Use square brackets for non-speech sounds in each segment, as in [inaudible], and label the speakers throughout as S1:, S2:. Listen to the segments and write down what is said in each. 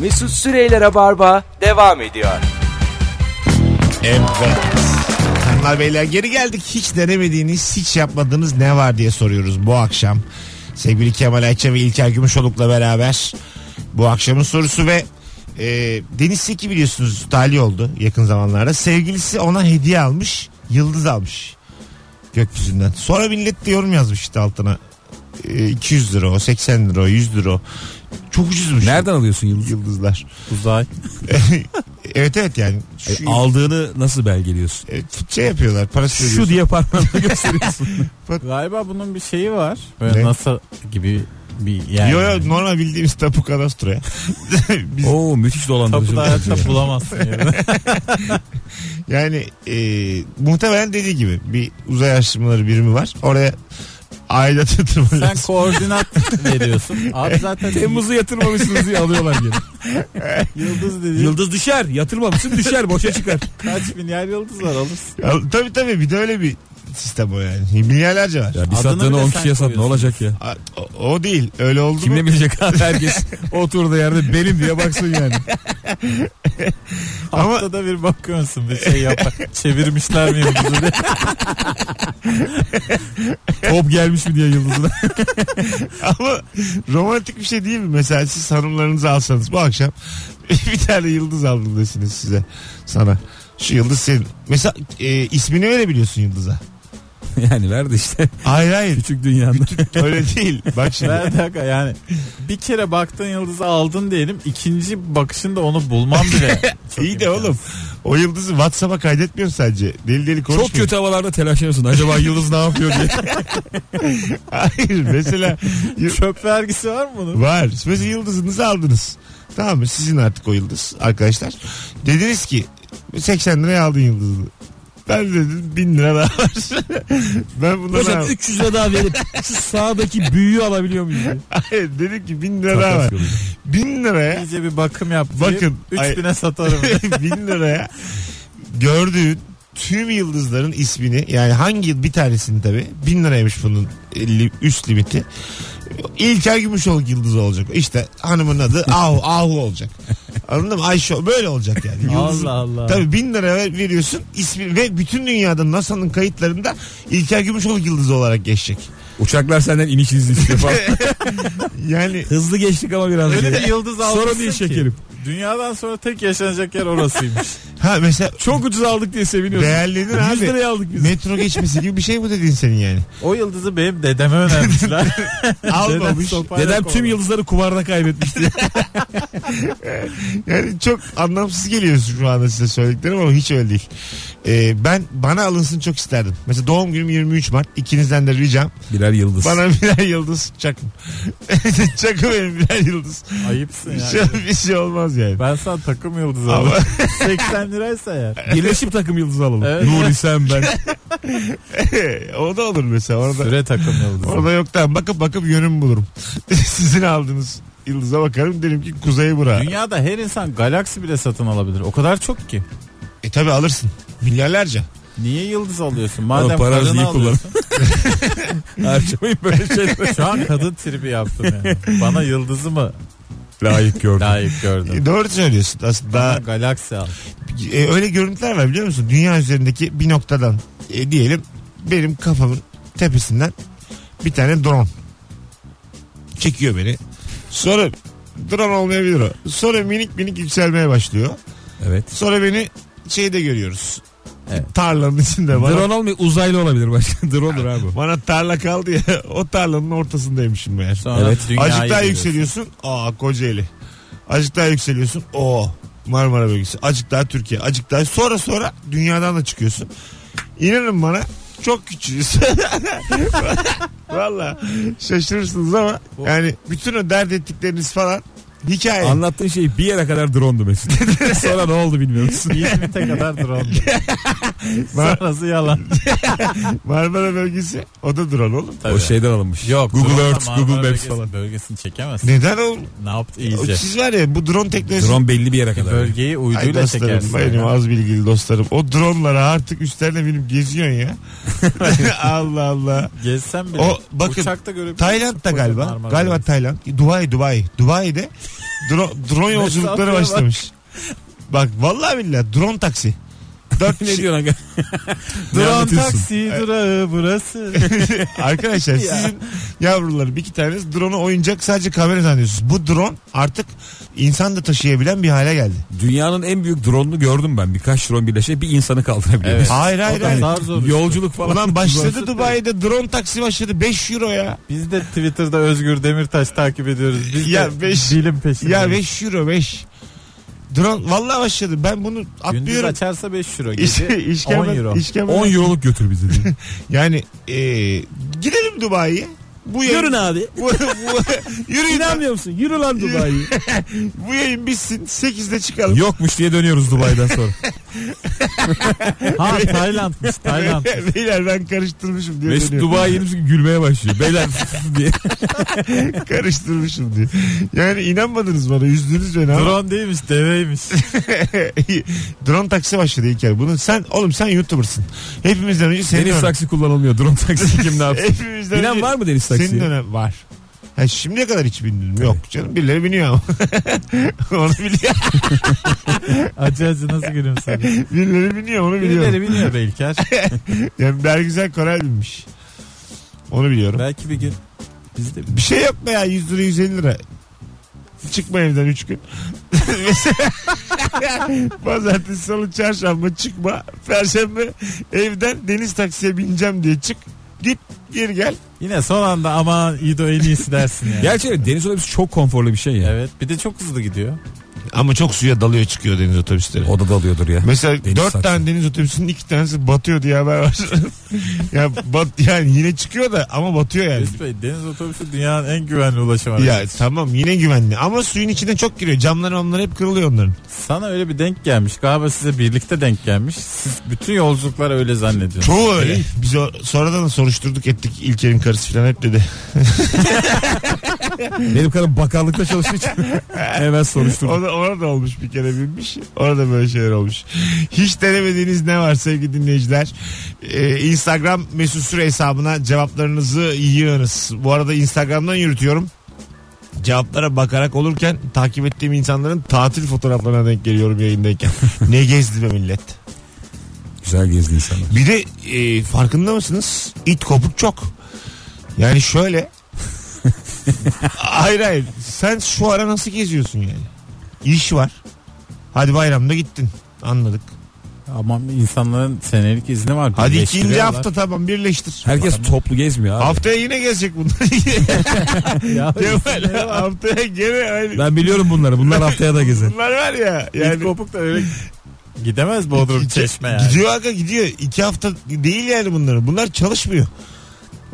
S1: Mesut Süreyler'e barba devam ediyor.
S2: Evet. Hanımlar beyler geri geldik. Hiç denemediğiniz, hiç yapmadığınız ne var diye soruyoruz bu akşam. Sevgili Kemal Ayça ve İlker Gümüşoluk'la beraber bu akşamın sorusu ve e, Deniz Seki biliyorsunuz tali oldu yakın zamanlarda. Sevgilisi ona hediye almış, yıldız almış gökyüzünden. Sonra millet de yorum yazmış işte altına. E, 200 lira o, 80 lira o, 100 lira o. Çok ucuzmuş
S3: Nereden alıyorsun yıldız?
S2: yıldızlar.
S3: Uzay.
S2: Evet evet yani. Şu,
S3: E, aldığını nasıl belgeliyorsun?
S2: e, şey yapıyorlar parası
S3: Şu diye
S2: [laughs]
S3: parmağını gösteriyorsun.
S4: Galiba bunun bir şeyi var. Böyle
S2: Ne?
S4: NASA gibi bir yer.
S2: Yo yo normal bildiğimiz tapu kadastro ya. Biz,
S3: Oo müthiş
S4: Tapuda hayatta
S3: dolandırıcı.
S4: bulamazsın yani.
S3: [laughs]
S2: yani e, muhtemelen dediği gibi bir uzay araştırmaları birimi var. Oraya aile tırmanıyor.
S4: Sen koordinat veriyorsun. Abi zaten
S3: Temmuz'u yatırmamışsınız diye alıyorlar geri.
S4: yıldız dedi.
S3: Yıldız düşer. Yatırmamışsın düşer. Boşa çıkar.
S4: Kaç milyar yıldız var alırsın.
S2: Al- Tabii tabii bir de öyle bir sistem o yani. Milyarlarca
S3: Ya
S2: var.
S3: bir
S4: Adını
S3: sattığını
S4: bile
S3: 10
S4: sen
S3: kişiye sat. Ne
S4: koyuyorsun.
S3: olacak ya?
S2: A- o- O değil öyle oldu
S3: Kim ne
S2: mu?
S3: bilecek abi herkes oturduğu yerde benim diye baksın yani.
S2: [laughs] Ama-
S4: Haftada bir bakıyorsun bir şey yapar. Çevirmişler mi yıldızı diye.
S3: Top gelmiş mi diye yıldızına.
S2: Ama romantik bir şey değil mi? Mesela siz hanımlarınızı alsanız bu akşam [laughs] bir tane yıldız aldım desiniz size. Sana. Şu yıldız senin. Mesela e, ismini verebiliyorsun yıldıza.
S3: yani verdi işte.
S2: Hayır hayır.
S3: Küçük dünyanda.
S2: Öyle değil. Bak şimdi.
S4: Ben bir dakika yani bir kere baktığın yıldızı aldın diyelim. ikinci bakışında onu bulmam bile. çok
S2: İyi de
S4: imkansız.
S2: oğlum. O yıldızı WhatsApp'a kaydetmiyorsun sence. Deli deli konuşmuyor.
S3: Çok kötü havalarda telaşlanıyorsun. Acaba yıldız ne yapıyor diye.
S2: [laughs] Hayır mesela y-
S4: Çöp vergisi var mı bunun?
S2: var. Mesela yıldızınızı aldınız. Tamam mı? Sizin artık o yıldız arkadaşlar. Dediniz ki 80 liraya aldın yıldızını. Ben dedim 1000 lira daha var. [laughs] ben bundan
S3: Hocam
S2: al.
S3: 300 lira daha verip şu sağdaki büyüğü alabiliyor muyuz? diye.
S2: Hayır dedim ki 1000 lira daha var. 1000 liraya
S4: İyice bir bakım yap.
S2: Bakın,
S4: Bakın.
S2: ay- [laughs]
S4: 3000'e satarım.
S2: 1000 liraya gördüğün tüm yıldızların ismini yani hangi yıl bir tanesini tabi 1000 liraymış bunun li- üst limiti. İlker Gümüşoluk yıldızı olacak. İşte hanımın adı Ahu,
S4: [laughs]
S2: Ahu olacak. Anladın mı? Ayşe böyle olacak yani. Yıldızın-
S4: Allah Allah.
S2: Tabii bin lira ver- veriyorsun ismi ve bütün dünyada NASA'nın kayıtlarında İlker Gümüşoluk yıldızı olarak geçecek.
S3: Uçaklar senden iniş izni istiyor falan.
S2: Yani
S3: Hızlı geçtik ama biraz.
S4: Öyle
S3: geri.
S4: bir yıldız almışsın
S3: Sorun değil
S4: ki.
S3: şekerim.
S4: Dünyadan sonra tek yaşanacak yer orasıymış.
S2: ha
S4: [laughs]
S2: mesela
S3: Çok ucuz aldık diye seviniyorsun.
S2: değerlenir
S3: 100
S2: abi.
S3: liraya aldık biz.
S2: Metro geçmesi gibi bir şey bu dediğin senin yani.
S4: o yıldızı benim dedeme önermişler. Dedem
S2: Almamış.
S4: sopayla
S3: Dedem tüm
S4: kovalıyor.
S3: yıldızları kumarda kaybetmişti.
S2: Yani çok anlamsız geliyor şu anda size söylediklerim ama hiç öyle değil. Ee, ben bana alınsın çok isterdim. Mesela doğum günüm 23 Mart. İkinizden de ricam
S3: Birer yıldız.
S2: [laughs] bana birer yıldız [laughs] çakın. çakın benim birer yıldız.
S4: Ayıpsın
S2: Bir
S4: ya.
S2: şey, bir şey olmaz yani.
S4: Ben sana takım yıldızı
S2: Ama
S4: aldım. 80 liraysa eğer.
S3: Birleşip takım yıldızı alalım.
S4: Evet.
S3: Nuri sen [laughs] ben.
S2: [laughs] o da olur mesela. Orada
S4: Süre takım yıldızı.
S2: Orada yok da bakıp bakıp yönümü bulurum. [laughs] Sizin aldığınız yıldıza bakarım derim ki kuzey bura.
S4: Dünyada her insan galaksi bile satın alabilir. O kadar çok ki.
S2: E tabi alırsın. Milyarlarca.
S4: Niye yıldız alıyorsun? Madem
S3: paranızı iyi
S4: karını
S3: kullanın.
S4: alıyorsun.
S3: Harcamayın böyle şeyler.
S4: Şu an kadın tribi yaptım yani. Bana yıldızı mı
S3: Layık gördüm.
S4: layık gördün?
S2: E doğru söylüyorsun. Aslında
S4: Bana
S2: daha
S4: galaksi al.
S2: e, öyle görüntüler var biliyor musun? Dünya üzerindeki bir noktadan e, diyelim benim kafamın tepesinden bir tane drone çekiyor beni. Sonra drone olmayabilir o. Sonra minik minik yükselmeye başlıyor.
S3: Evet.
S2: Sonra beni şeyde görüyoruz.
S4: Evet.
S2: Tarlanın içinde bana,
S3: Drone olmuyor uzaylı olabilir başka. [laughs] Drone'dur abi.
S2: bana tarla kaldı ya [laughs] o tarlanın ortasındaymışım meğer.
S4: Sonra
S3: Evet.
S4: dünyayı
S2: Azıcık daha
S4: görüyorsun.
S2: yükseliyorsun. Aa Kocaeli. Azıcık daha yükseliyorsun. O Marmara bölgesi. Azıcık daha Türkiye. Azıcık daha sonra sonra dünyadan da çıkıyorsun. İnanın bana çok küçüğüz. [laughs] Valla şaşırırsınız ama yani bütün o dert ettikleriniz falan hikaye.
S3: Anlattığın şey bir yere kadar drone'du Mesut. Sonra ne oldu bilmiyorum.
S4: İzmit'e kadar drone. Sonrası yalan.
S2: Marmara bölgesi o da drone oğlum.
S4: Tabii.
S5: O şeyden alınmış.
S4: Yok.
S5: Google
S4: drone
S5: Earth,
S4: zamanı
S5: Google
S4: bölgesi-
S5: Maps falan.
S4: Bölgesini çekemezsin.
S2: Neden oğlum?
S4: Ne yaptı iyice.
S2: Siz var ya bu drone teknolojisi.
S5: Drone belli bir yere kadar.
S4: Bölgeyi
S2: Ay
S4: uyduyla
S2: dostlarım
S4: çekersin.
S2: benim az bilgili dostlarım. O dronlara artık üstlerine binip geziyorsun
S4: [laughs]
S2: ya. [laughs] Allah Allah.
S4: Gezsen bile.
S2: O bakın
S4: uçakta görebilirsin.
S2: Tayland'da
S4: Koca
S2: galiba.
S4: Marmara
S2: Galiba
S4: Denizi.
S2: Tayland. Dubai Dubai. Dubai'de dro-
S4: [laughs]
S2: drone yolculukları
S4: Mesafeye bak.
S2: başlamış. Bak vallahi billahi drone taksi.
S4: [laughs]
S2: Dört
S5: ne
S2: kişi-
S5: diyorsun [laughs] aga?
S4: Drone
S5: anlatıyorsun?
S4: taksi durağı burası. [laughs]
S2: Arkadaşlar sizin yavruları bir iki tanesi drone'u oyuncak sadece kamera zannediyorsunuz. Bu drone artık insan da taşıyabilen bir hale geldi.
S5: Dünyanın en büyük drone'unu gördüm ben. Birkaç drone birleşip bir insanı kaldırabiliyor.
S4: Evet.
S5: [laughs]
S2: Hayır hayır
S4: O da
S2: hayır.
S4: zar zor.
S5: Yolculuk falan.
S4: [laughs]
S2: Ulan
S5: [laughs]
S2: başladı Dubai'de drone taksi başladı 5 euro ya.
S4: [laughs] Biz de Twitter'da Özgür Demirtaş takip ediyoruz. Biz
S2: Ya
S4: de
S2: beş-
S4: bilim peşinde.
S2: Ya 5 euro 5. Drone vallahi başladı. Ben bunu
S4: Gündüz
S2: atlıyorum.
S4: açarsa 5
S2: [laughs]
S4: euro.
S2: İş,
S4: Gece 10 euro.
S2: işkembe, işkembe.
S5: 10 euroluk götür bizi [laughs] diye.
S2: Yani e, gidelim Dubai'ye. Bu yayın,
S5: abi.
S2: [laughs] bu, bu, yürüyün lan.
S5: musun? Yürü
S2: [laughs]
S5: lan Dubai'yi.
S2: Bu yayın bitsin. 8'de çıkalım.
S5: Yokmuş diye dönüyoruz Dubai'den [laughs] sonra.
S4: Ha Tayland'mış
S2: [laughs]
S4: Tayland.
S2: Beyler ben karıştırmışım diye
S5: Mesut
S2: dönüyorum.
S5: Dubai'ye gidip şey gülmeye başlıyor. Beyler diye.
S2: [laughs] karıştırmışım diye. Yani inanmadınız bana üzdünüz beni ama.
S4: Drone değilmiş deveymiş.
S2: [laughs] Drone taksi başladı İlker. Bunu sen oğlum sen YouTuber'sın. Hepimizden önce senin
S5: Deniz
S2: dönem.
S5: taksi kullanılmıyor. Drone taksi kim ne [laughs] yapsın?
S2: Hepimizden
S5: Binen
S2: önce
S5: var mı deniz
S2: senin
S5: taksiye?
S2: dönem var. Ha, şimdiye kadar hiç bindim. Yok canım birileri biniyor ama. [laughs] onu biliyor.
S4: Acı acı nasıl
S2: [laughs]
S4: gülümsedi.
S2: Birileri biniyor onu biliyorum.
S4: Birileri biliyor be İlker.
S2: Yani Bergüzel Koray binmiş. Onu biliyorum.
S4: Belki bir gün biz de
S2: Bir şey yapma ya 100 lira 150 lira. Çıkma evden 3 gün. [laughs] Pazartesi, salı, çarşamba çıkma. Perşembe evden deniz taksiye bineceğim diye çık. Git geri gel.
S4: yine son anda aman İdo en iyisi dersin yani.
S5: Gerçi evet, deniz otobüsü çok konforlu bir şey ya.
S4: Evet bir de çok hızlı gidiyor.
S2: Ama çok suya dalıyor çıkıyor deniz otobüsleri.
S5: Odada alıyordur ya.
S2: Mesela
S5: Deniz
S2: dört
S5: taksi.
S2: tane deniz otobüsünün iki tanesi batıyor diye haber [laughs] var. ya bat, yani yine çıkıyor da ama batıyor yani.
S4: Mesut Bey deniz otobüsü dünyanın en güvenli ulaşım aracı.
S2: Ya tamam yine güvenli ama suyun içine çok giriyor. Camlar mamlar hep kırılıyor onların.
S4: Sana öyle bir denk gelmiş. Galiba size birlikte denk gelmiş. Siz bütün yolculukları öyle zannediyorsunuz.
S2: Çoğu öyle. [laughs] Biz o, sonradan da soruşturduk ettik İlker'in karısı falan hep [laughs] dedi.
S5: Benim karım bakanlıkta çalıştığı için hemen soruşturdum.
S2: Orada, orada olmuş bir kere binmiş. Orada böyle şeyler olmuş. Hiç denemediğiniz ne var sevgili dinleyiciler? Ee, Instagram mesut süre hesabına cevaplarınızı yığınız. Bu arada Instagram'dan yürütüyorum. Cevaplara bakarak olurken takip ettiğim insanların tatil fotoğraflarına denk geliyorum [laughs] yayındayken. ne gezdi be millet.
S5: Güzel gezdi insanlar.
S2: Bir de e, farkında mısınız? İt kopuk çok. Yani şöyle. hayır hayır. Sen şu ara nasıl geziyorsun yani? İş var. Hadi bayramda gittin. Anladık.
S4: Ama insanların senelik izni var.
S2: Hadi ikinci
S4: Birleştiriyorlar.
S2: hafta tamam birleştir.
S5: Herkes toplu gezmiyor abi.
S2: Haftaya yine gezecek bunlar. [laughs]
S4: Ya,
S2: Kemal haftaya gene aynı.
S5: Ben biliyorum bunları. Bunlar haftaya da gezer.
S2: Bunlar var ya.
S4: yani...
S2: Yani
S4: kopuk da öyle gidemez Bodrum
S2: İki-
S4: Çeşme yani.
S2: Gidiyor aga gidiyor. İki hafta değil yani bunları. Bunlar çalışmıyor.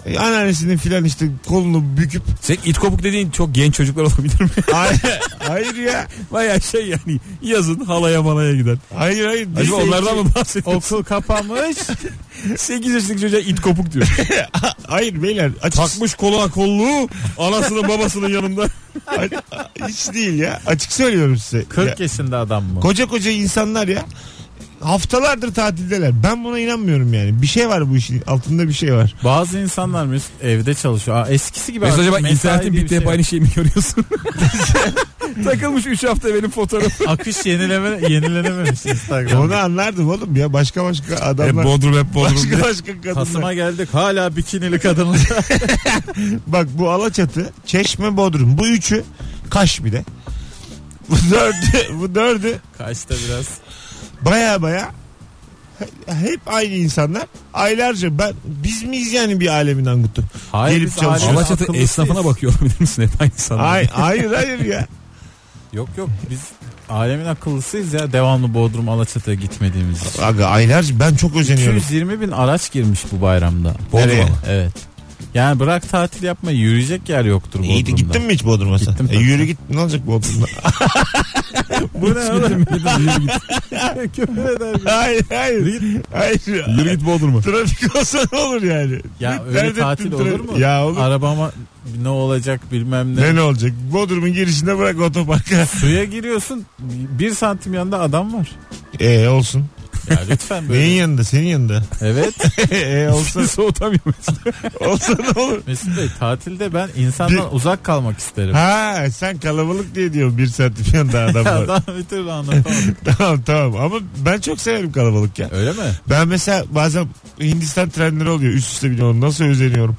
S2: E, Anneannesinin filan işte kolunu büküp. [laughs]
S5: Sen it kopuk dediğin çok genç çocuklar [laughs] olabilir mi?
S2: hayır, hayır ya.
S5: Baya şey yani yazın halaya malaya gider.
S2: Hayır hayır.
S5: Acaba
S2: Değil.
S5: onlardan mı bahsediyorsun?
S4: Okul [laughs] kapanmış.
S5: 8 yaşındaki çocuğa it kopuk diyor.
S2: Hayır beyler açık, [laughs]
S5: Takmış koluğa kolluğu anasının
S4: [laughs]
S5: babasının yanında.
S2: a- hiç değil ya. Açık söylüyorum size.
S4: 40
S2: Ya,
S4: yaşında adam mı?
S2: koca koca insanlar ya. Haftalardır tatildeler. Ben buna inanmıyorum yani. Bir şey var bu işin altında bir şey var.
S4: Bazı insanlar Mesut evde çalışıyor. Aa, eskisi gibi
S5: Mesela
S4: artık
S5: acaba
S4: mesai
S5: internetin
S4: diye bir
S5: bitti hep
S4: şey
S5: aynı şeyi mi görüyorsun? Takılmış 3 hafta benim fotoğrafım.
S4: yok. Akış
S5: [laughs]
S4: yenileme, yenilenememiş
S2: Onu
S4: Instagram'da.
S2: anlardım oğlum ya. Başka başka
S5: Hep
S2: adamlar.
S5: E, Bodrum hep
S2: [laughs]
S5: Bodrum.
S2: başka başka kadınlar.
S4: Kasım'a geldik hala bikinili kadınlar. [laughs]
S2: Bak bu Alaçatı, Çeşme, Bodrum. Bu üçü Kaş bir de. Bu dördü, bu dördü
S4: Kaçta biraz.
S2: baya baya he- hep aynı insanlar. Aylarca ben biz miyiz yani bir alemin angutu?
S4: Hayır,
S2: Gelip
S4: biz
S2: çalışıyoruz.
S4: hala
S5: Alaçatı
S4: akıllısıyız.
S5: esnafına bakıyor olabilir misin hep aynı insanlar?
S2: Ay, hayır hayır ya.
S4: Yok yok biz alemin akıllısıyız ya devamlı Bodrum Alaçatı'ya gitmediğimiz için.
S2: Aga aylarca ben çok özeniyorum.
S4: 220 bin araç girmiş bu bayramda.
S5: Bodrum'a
S2: Nereye?
S5: mı?
S4: Evet. Yani bırak tatil yapma yürüyecek yer yoktur Bodrum'da.
S2: İyiydi gittin mi hiç Bodrum'a sen?
S4: Gittim
S2: E, yürü git ne olacak Bodrum'da?
S4: Bu ne oğlum? [laughs]
S3: Kömür eder.
S2: [laughs] hayır hayır. hayır.
S5: Yürü git Bodrum'a.
S2: Trafik olsa ne olur yani?
S4: Ya
S2: Bir
S4: öyle
S2: dert
S4: tatil
S2: ettin
S4: olur
S2: trafik.
S4: mu?
S2: Ya olur.
S4: Arabama ne olacak bilmem ne.
S2: Ne ne olacak? Bodrum'un girişinde bırak otoparka.
S4: Suya giriyorsun bir santim yanında adam var.
S2: E olsun.
S5: [laughs]
S4: Ya lütfen
S2: Neyin
S4: böyle.
S2: yanında? Senin yanında.
S4: evet.
S2: [laughs] e olsa
S5: Soğutamıyorum.
S2: olsa ne olur?
S4: Mesut Bey tatilde ben insandan uzak kalmak isterim. [laughs]
S2: Ha sen kalabalık diye diyorsun bir saat bir yanında adam var.
S4: Adam bir türlü anlatamadım.
S2: tamam tamam ama ben çok severim kalabalık ya.
S4: Öyle mi?
S2: Ben mesela bazen Hindistan trenleri oluyor üst üste biniyorum nasıl özeniyorum.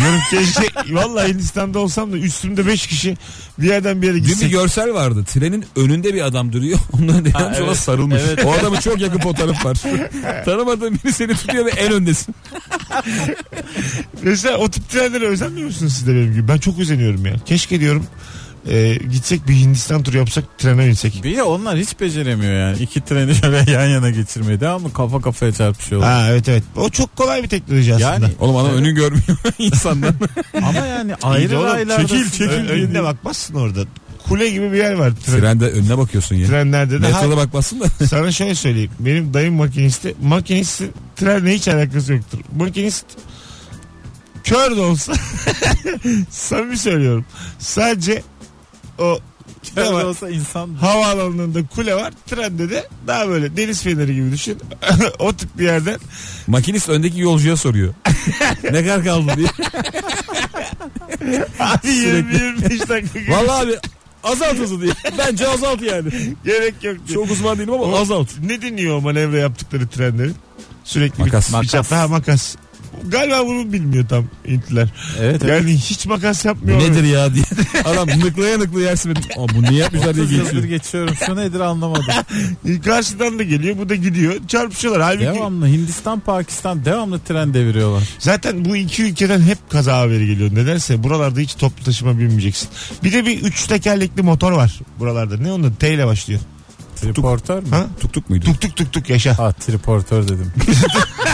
S2: Diyorum keşke valla Hindistan'da olsam da üstümde 5 kişi bir yerden bir yere
S5: Dün bir
S2: gitsek.
S5: görsel vardı. Trenin önünde bir adam duruyor. [laughs] Ondan
S4: Ha,
S5: evet. ona
S4: evet.
S5: sarılmış.
S4: Evet.
S5: O adamın çok yakın fotoğraf var. Tanımadığın biri seni tutuyor ve en öndesin.
S2: Mesela o tip trenlere özenmiyor musunuz siz de benim gibi? Ben çok özeniyorum ya. Keşke diyorum e, gitsek bir Hindistan turu yapsak trene binsek.
S4: Bir de onlar hiç beceremiyor yani. İki treni şöyle [laughs] yan yana geçirmeyi. Devamlı kafa kafaya çarpışıyorlar.
S2: Ha evet evet. O çok kolay bir teknoloji aslında.
S4: Yani
S5: Oğlum adam önü görmüyor [laughs] insandan.
S4: ama yani
S2: İyi de
S4: ayrı
S2: oğlum,
S4: raylarda.
S2: Çekil çekil. Ö- önüne bakmazsın orada. Kule gibi bir yer var. Tren,
S5: Trende önüne bakıyorsun ya.
S2: trenlerde de. Ha,
S5: Metroda bakmasın da. [laughs]
S2: sana şöyle söyleyeyim. Benim dayım makinisti. Makinist trenle hiç alakası yoktur. Makinist kör de olsa [laughs] samimi söylüyorum. Sadece o
S4: Öyle
S2: Tamam.
S4: olsa insan
S2: havaalanında kule var. Trende de daha böyle deniz feneri gibi düşün. [laughs] o tip bir
S5: [laughs]
S2: yerden.
S5: Makinist öndeki yolcuya soruyor. ne kadar kaldı
S4: [laughs]
S5: diye.
S2: Abi 20-25
S5: [laughs]
S2: dakika
S5: Vallahi abi azalt hızı diye. Bence azalt yani.
S4: [laughs]
S2: gerek yok diye.
S5: Çok uzman değilim ama
S2: O-
S5: azalt.
S2: Ne dinliyor o manevra yaptıkları trenlerin? Sürekli
S5: Makas.
S2: bir, bir çapta ha makas. Galiba bunu bilmiyor tam Hintliler.
S4: evet, evet.
S2: Yani hiç makas
S5: Bu
S2: yapmıyor.
S5: nedir
S4: [laughs]
S5: ya diye. Adam nıklaya nıklaya yersin. beni. Aa, bu niye yapmışlar diye
S4: 30 yıldır
S5: geçiyor.
S4: geçiyorum. Şu nedir
S5: [laughs]
S4: anlamadım.
S2: Ee, Karşıdan da geliyor bu da gidiyor. Çarpışıyorlar. Halbuki
S4: devamlı Hindistan, Pakistan devamlı tren deviriyorlar.
S2: zaten bu iki ülkeden hep kaza haberi geliyor. Nedense buralarda hiç toplu taşıma binmeyeceksin. Bir de bir üç tekerlekli motor var buralarda. Ne onun adı? T ile başlıyor.
S4: Triportör mü?
S2: Ha?
S5: Tuk tuk muydu?
S2: Tuk tuk tuk tuk
S5: [laughs]
S2: yaşa.
S4: Ha triportör dedim.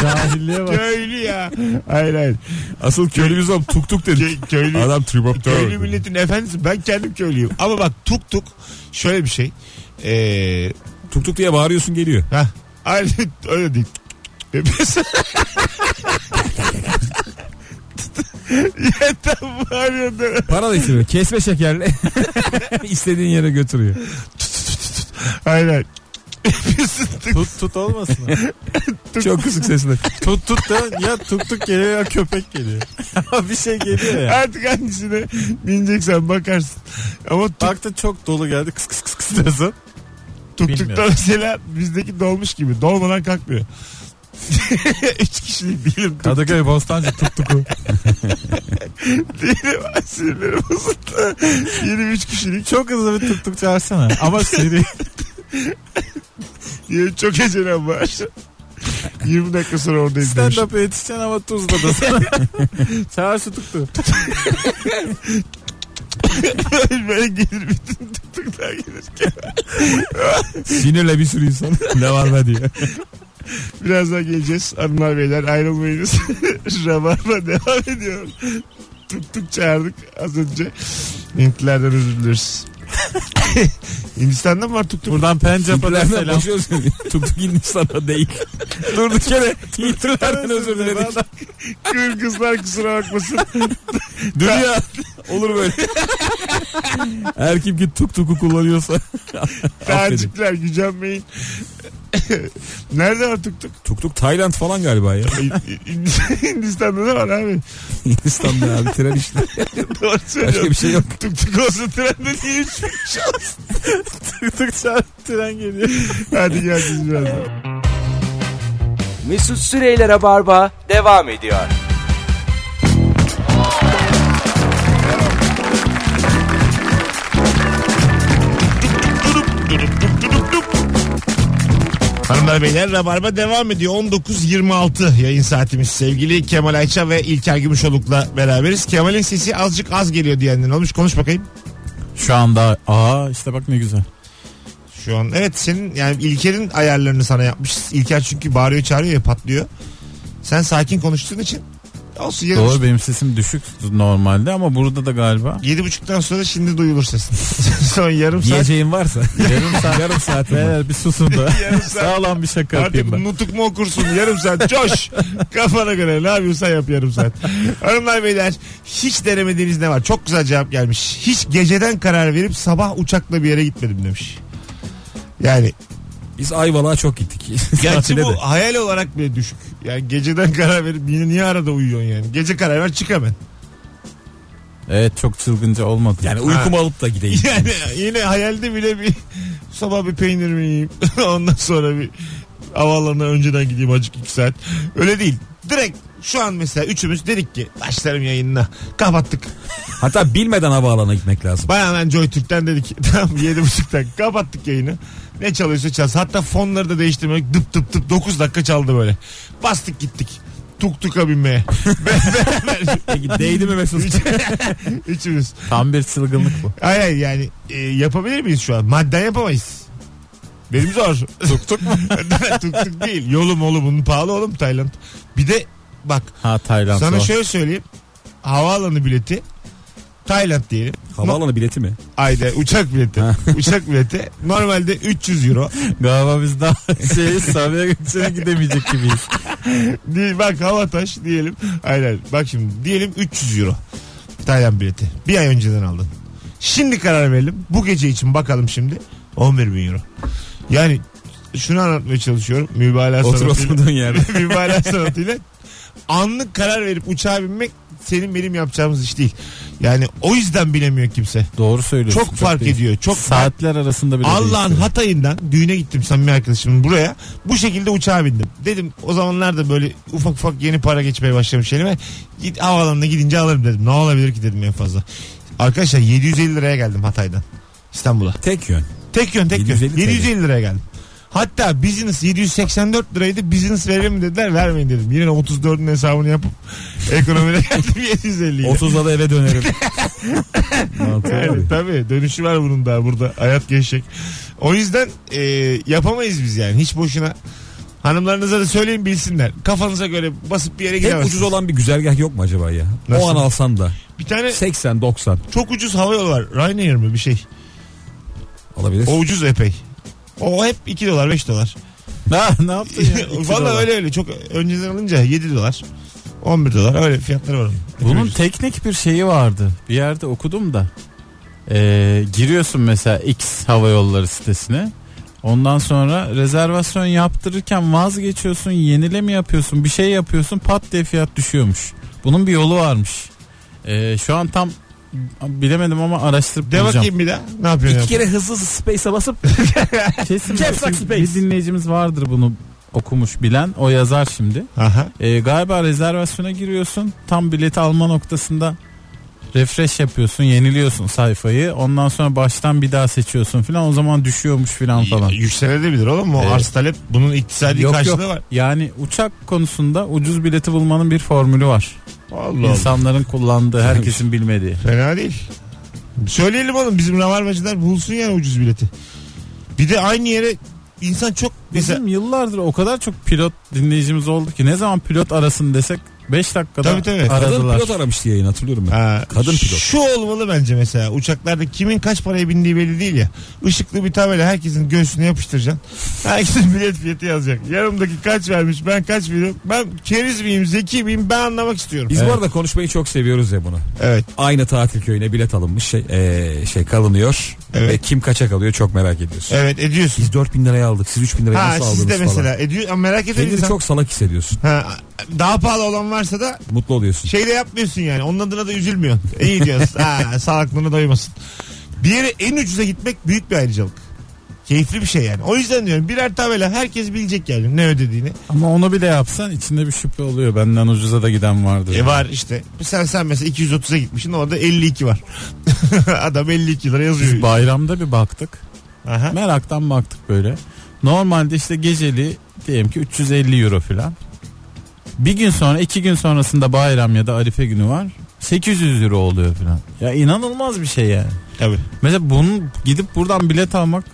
S4: Cahilliğe bak.
S2: Köylü ya. Hayır hayır.
S5: Asıl köylümüz adam tuk tuk dedi.
S2: Kö- köylü.
S5: Adam
S2: Köylü
S5: triboptör.
S2: milletin efendisi ben kendim köylüyüm. Ama bak tuk tuk şöyle bir şey. Ee,
S5: Tuk tuk diye bağırıyorsun geliyor.
S2: hah, aynı [laughs] öyle değil. Yapıyorsun. [laughs] Yeter bağırıyor da.
S5: Para da istemiyor. Kesme şekerle [laughs] istediğin yere götürüyor.
S2: Aynen. Yapıyorsun tuk
S4: Tut tut olmasın. mı?
S5: Çok kısık sesle.
S4: tut tut da ya tuk tuk geliyor ya köpek geliyor. [laughs] bir şey geliyor ya.
S2: Artık hangisine bineceksen bakarsın. Ama tuk
S4: Baktın çok dolu geldi kıs kıs kıs kıs diyorsun.
S2: tuk tuk da
S4: bilmiyorum.
S2: mesela bizdeki dolmuş gibi. Dolmadan kalkmıyor. [laughs] Üç kişilik değilim. Tuk
S4: Kadıköy Bostancı tuk tuku.
S2: değilim. Ay, Sinirlerim bozuldu. Yeni üç kişilik.
S4: Çok hızlı bir tuk tuk çağırsana. Ama seri.
S2: Yeni çok acelem var. 20 dakika sonra oradayız
S4: Stand
S2: demiş.
S4: up'a yetişeceksin ama tuzla da [laughs] sana. Çağır şu tuk tuk.
S2: Böyle gelir bütün tuk tuklar gelir.
S5: Sinirle bir
S4: [laughs]
S5: sürü insan. ne var be diye.
S2: Birazdan geleceğiz. Hanımlar beyler ayrılmayınız. [laughs] Rabarba devam ediyor. Tuk tuk çağırdık az önce. Hintlilerden özür dileriz. [laughs] Hindistan'da mı var tuk tuk?
S4: Buradan Pencap'a
S5: Tiplerden
S4: selam.
S5: boşuyorsun. [laughs] tuk tuk Hindistan'a değil. [laughs] Durduk yere Hindistan'dan özür diledik.
S2: Kır kızlar kusura bakmasın.
S5: Dünya olur böyle. Her kim ki tuk tuku kullanıyorsa. affedin.
S2: Tacikler gücenmeyin. [laughs] Nerede var tuk tuk?
S5: Tuk tuk Tayland falan galiba ya.
S2: [laughs] Hindistan'da da var abi.
S5: Hindistan'da abi tren işte.
S2: Doğru
S5: Başka
S2: söylüyorum.
S5: bir şey yok.
S2: Tuk tuk olsun trende niye üç kişi olsun?
S4: Tuk tuk çağır tren geliyor.
S2: Hadi geleceğiz birazdan.
S1: Mesut Süreyler'e barba devam ediyor.
S2: Hanımlar beyler Rabarba devam ediyor. 19.26 yayın saatimiz sevgili Kemal Ayça ve İlker Gümüşoluk'la beraberiz. Kemal'in sesi azıcık az geliyor diyenden olmuş. Konuş bakayım.
S4: Şu anda aa işte bak ne güzel.
S2: Şu an evet senin yani İlker'in ayarlarını sana yapmışız. İlker çünkü bağırıyor çağırıyor ya patlıyor. Sen sakin konuştuğun için Olsun yarım
S4: Doğru benim sesim düşük normalde ama burada da galiba.
S2: Yedi buçuktan sonra şimdi duyulur sesin. [laughs] Son yarım saat.
S5: Diyeceğin varsa.
S4: Yarım saat.
S5: Yarım saat.
S4: Beyler bir susun [laughs] da.
S2: Yarım saat.
S4: Sağlam bir şaka
S2: Artık
S4: yapayım ben.
S2: nutuk mu okursun yarım saat coş kafana göre ne yapıyorsan yap yarım saat. Hanımlar beyler hiç denemediğiniz ne var? Çok güzel cevap gelmiş. Hiç geceden karar verip sabah uçakla bir yere gitmedim demiş. Yani
S5: Biz Ayvalık'a çok gittik. [laughs]
S2: gerçi
S5: Tatile
S2: bu
S5: de.
S2: hayal olarak bile düşük. Yani geceden karar verip yine niye arada uyuyorsun yani? Gece karar ver çık hemen.
S4: Evet çok çılgınca olmadı.
S5: Yani uykumu alıp da [laughs] gideyim.
S2: [laughs] Yani yine hayalde bile bir sabah bir peynir mi yiyeyim? [laughs] Ondan sonra bir havaalanına önceden gideyim acık iki saat. Öyle değil. Direkt şu an mesela üçümüz dedik ki başlarım yayınına. Kapattık.
S5: Hatta bilmeden havaalanına gitmek lazım.
S2: Baya hemen Joy Türk'ten dedik. [laughs] Tamam yedi buçuktan kapattık yayını. Ne çalıyorsa çalsın. Hatta fonları da değiştirmedik. Dıp dıp dıp 9 dakika çaldı böyle. Bastık gittik. Tuk tuka binmeye. [laughs]
S5: Değdi mi Mesut?
S2: Üçümüz.
S4: Tam bir çılgınlık bu.
S2: Hayır hayır yani e, yapabilir miyiz şu an? Madden yapamayız. Benim zor. tuk [laughs] tuk mu? tuk tuk değil. Yolum oğlum bunun pahalı oğlum Tayland. Bir de bak
S4: Ha Tayland.
S2: sana
S4: o.
S2: şöyle söyleyeyim. Havaalanı bileti Tayland diyelim.
S5: Havaalanı bileti mi?
S2: Ayda uçak bileti. uçak bileti normalde 300 euro.
S4: Galiba biz daha [laughs] şey Sabiha Gökçen'e gidemeyecek gibiyiz.
S2: Di- Bak Havataş diyelim. Aynen. Bak şimdi diyelim 300 euro. Tayland bileti. Bir ay önceden aldın. Şimdi karar verelim. Bu gece için bakalım şimdi. 11 bin euro. Yani şunu anlatmaya çalışıyorum. Mübalağa
S5: Otur
S2: sanatıyla.
S5: oturduğun yerde.
S2: [laughs] mübalağa sanatıyla. Anlık karar verip uçağa binmek senin benim yapacağımız iş değil. Yani o yüzden bilemiyor kimse.
S4: Doğru söylüyorsun.
S2: Çok, fark
S4: değil.
S2: ediyor. Çok
S4: Saatler arasında bile
S2: Allah'ın
S4: değişiyor.
S2: Hatay'ından düğüne gittim samimi arkadaşımın buraya. Bu şekilde uçağa bindim. Dedim o zamanlarda böyle ufak ufak yeni para geçmeye başlamış elime. Git havalanına gidince alırım dedim. Ne olabilir ki dedim en fazla. Arkadaşlar 750 liraya geldim Hatay'dan İstanbul'a.
S5: Tek yön.
S2: Tek yön tek
S5: 750 TL.
S2: yön. 750 liraya geldim. Hatta business 784 liraydı. Business verelim mi dediler vermeyin dedim. Yine 34'ün hesabını yapıp [laughs] ekonomiye geldim 750 'yle.
S5: 30'da da eve [laughs] dönerim.
S2: Yani, [laughs] tabii dönüşü var bunun daha burada. Hayat geçecek. O yüzden e, yapamayız biz yani. Hiç boşuna. Hanımlarınıza da söyleyin bilsinler. Kafanıza göre basıp bir yere
S5: Hep
S2: gidemezsiniz.
S5: ucuz olan bir güzergah yok mu acaba ya?
S2: Nasıl?
S5: O an alsam da.
S2: Bir tane
S5: 80-90
S2: çok ucuz hava yolu var. Ryanair mi bir şey.
S5: olabilir.
S2: O ucuz epey. O hep 2 dolar 5 [laughs] dolar.
S4: Ne, ne yaptın ya?
S2: [laughs]
S4: [laughs] İki
S2: Valla
S4: dolar.
S2: öyle öyle. Çok önceden alınca 7 dolar. 11 dolar öyle fiyatları var. onun.
S4: Bunun
S2: Ucuz.
S4: teknik bir şeyi vardı. Bir yerde okudum da. Ee, giriyorsun mesela X hava yolları sitesine. Ondan sonra rezervasyon yaptırırken vazgeçiyorsun, yenile mi yapıyorsun, bir şey yapıyorsun, pat diye fiyat düşüyormuş. Bunun bir yolu varmış. Ee, şu an tam bilemedim ama araştırıp
S2: de
S4: bulacağım.
S2: bakayım bir daha. Ne yapıyorsun?
S5: İki
S2: ya?
S5: kere hızlı hızlı space'e basıp
S4: Kesin
S5: Caps Lock
S4: bir-
S5: Space.
S4: bir dinleyicimiz vardır bunu okumuş bilen. O yazar şimdi.
S2: Aha.
S4: Ee, galiba rezervasyona giriyorsun. Tam bilet alma noktasında refresh yapıyorsun, yeniliyorsun sayfayı. Ondan sonra baştan bir daha seçiyorsun filan. O zaman düşüyormuş filan falan.
S2: Yükselebilir oğlum. O
S4: Ee,
S2: arz talep bunun iktisadi
S4: Yok
S2: karşılığı
S4: yok.
S2: var.
S4: Yani uçak konusunda ucuz bileti bulmanın bir formülü var.
S2: Allah Allah.
S4: İnsanların
S2: [laughs]
S4: kullandığı, herkesin bilmediği.
S2: Fena değil. Söyleyelim oğlum bizim ravarmacılar bulsun yani ucuz bileti. Bir de aynı yere insan çok mesela
S4: Bizim yıllardır o kadar çok pilot dinleyicimiz oldu ki ne zaman pilot arasın desek 5 dakikada
S2: Tabii, tabii.
S5: kadın
S4: aradılar.
S5: pilot aramış diye yayın hatırlıyorum ben.
S2: Ha,
S5: Kadın pilot.
S2: Şu olmalı bence mesela uçaklarda kimin kaç paraya bindiği belli değil ya. Işıklı bir tabela herkesin göğsüne yapıştıracaksın. Herkesin bilet fiyatı yazacak. Yarımdaki kaç vermiş ben kaç veriyorum. Ben keriz miyim zeki miyim ben anlamak istiyorum.
S5: Biz
S2: evet.
S5: bu arada konuşmayı çok seviyoruz ya bunu.
S2: evet.
S5: Aynı tatil köyüne bilet alınmış şey, eee, şey kalınıyor.
S2: Evet.
S5: Ve kim kaça kalıyor çok merak ediyorsun.
S2: Evet ediyorsun.
S5: Biz 4000 liraya aldık siz 3000 liraya
S2: Ha
S5: nasıl
S2: siz
S5: aldınız
S2: de
S5: falan.
S2: mesela ediyor ama merak ediyorum.
S5: Kendini
S2: insan.
S5: çok salak hissediyorsun.
S2: Ha, daha pahalı olan varsa da
S5: Mutlu oluyorsun.
S2: şey de yapmıyorsun yani. Onun adına da üzülmüyorsun. İyi diyorsun. ha, salaklığına doymasın. Diğeri en ucuza gitmek büyük bir ayrıcalık. Keyifli bir şey yani. O yüzden diyorum birer tabela herkes bilecek yani ne ödediğini.
S4: Ama onu bile yapsan içinde bir şüphe oluyor. Benden ucuza da giden vardır.
S2: E var işte. Sen sen mesela 230'a gitmişsin orada 52 var. [laughs] Adam 52 lira
S4: Biz
S2: yazıyor.
S4: bayramda bir baktık.
S2: Aha.
S4: Meraktan baktık böyle. Normalde işte geceli diyelim ki 350 euro falan. Bir gün sonra iki gün sonrasında bayram ya da Arife günü var. 800 euro oluyor falan. Ya inanılmaz bir şey yani.
S2: Tabii.
S4: Mesela bunun gidip buradan bilet almak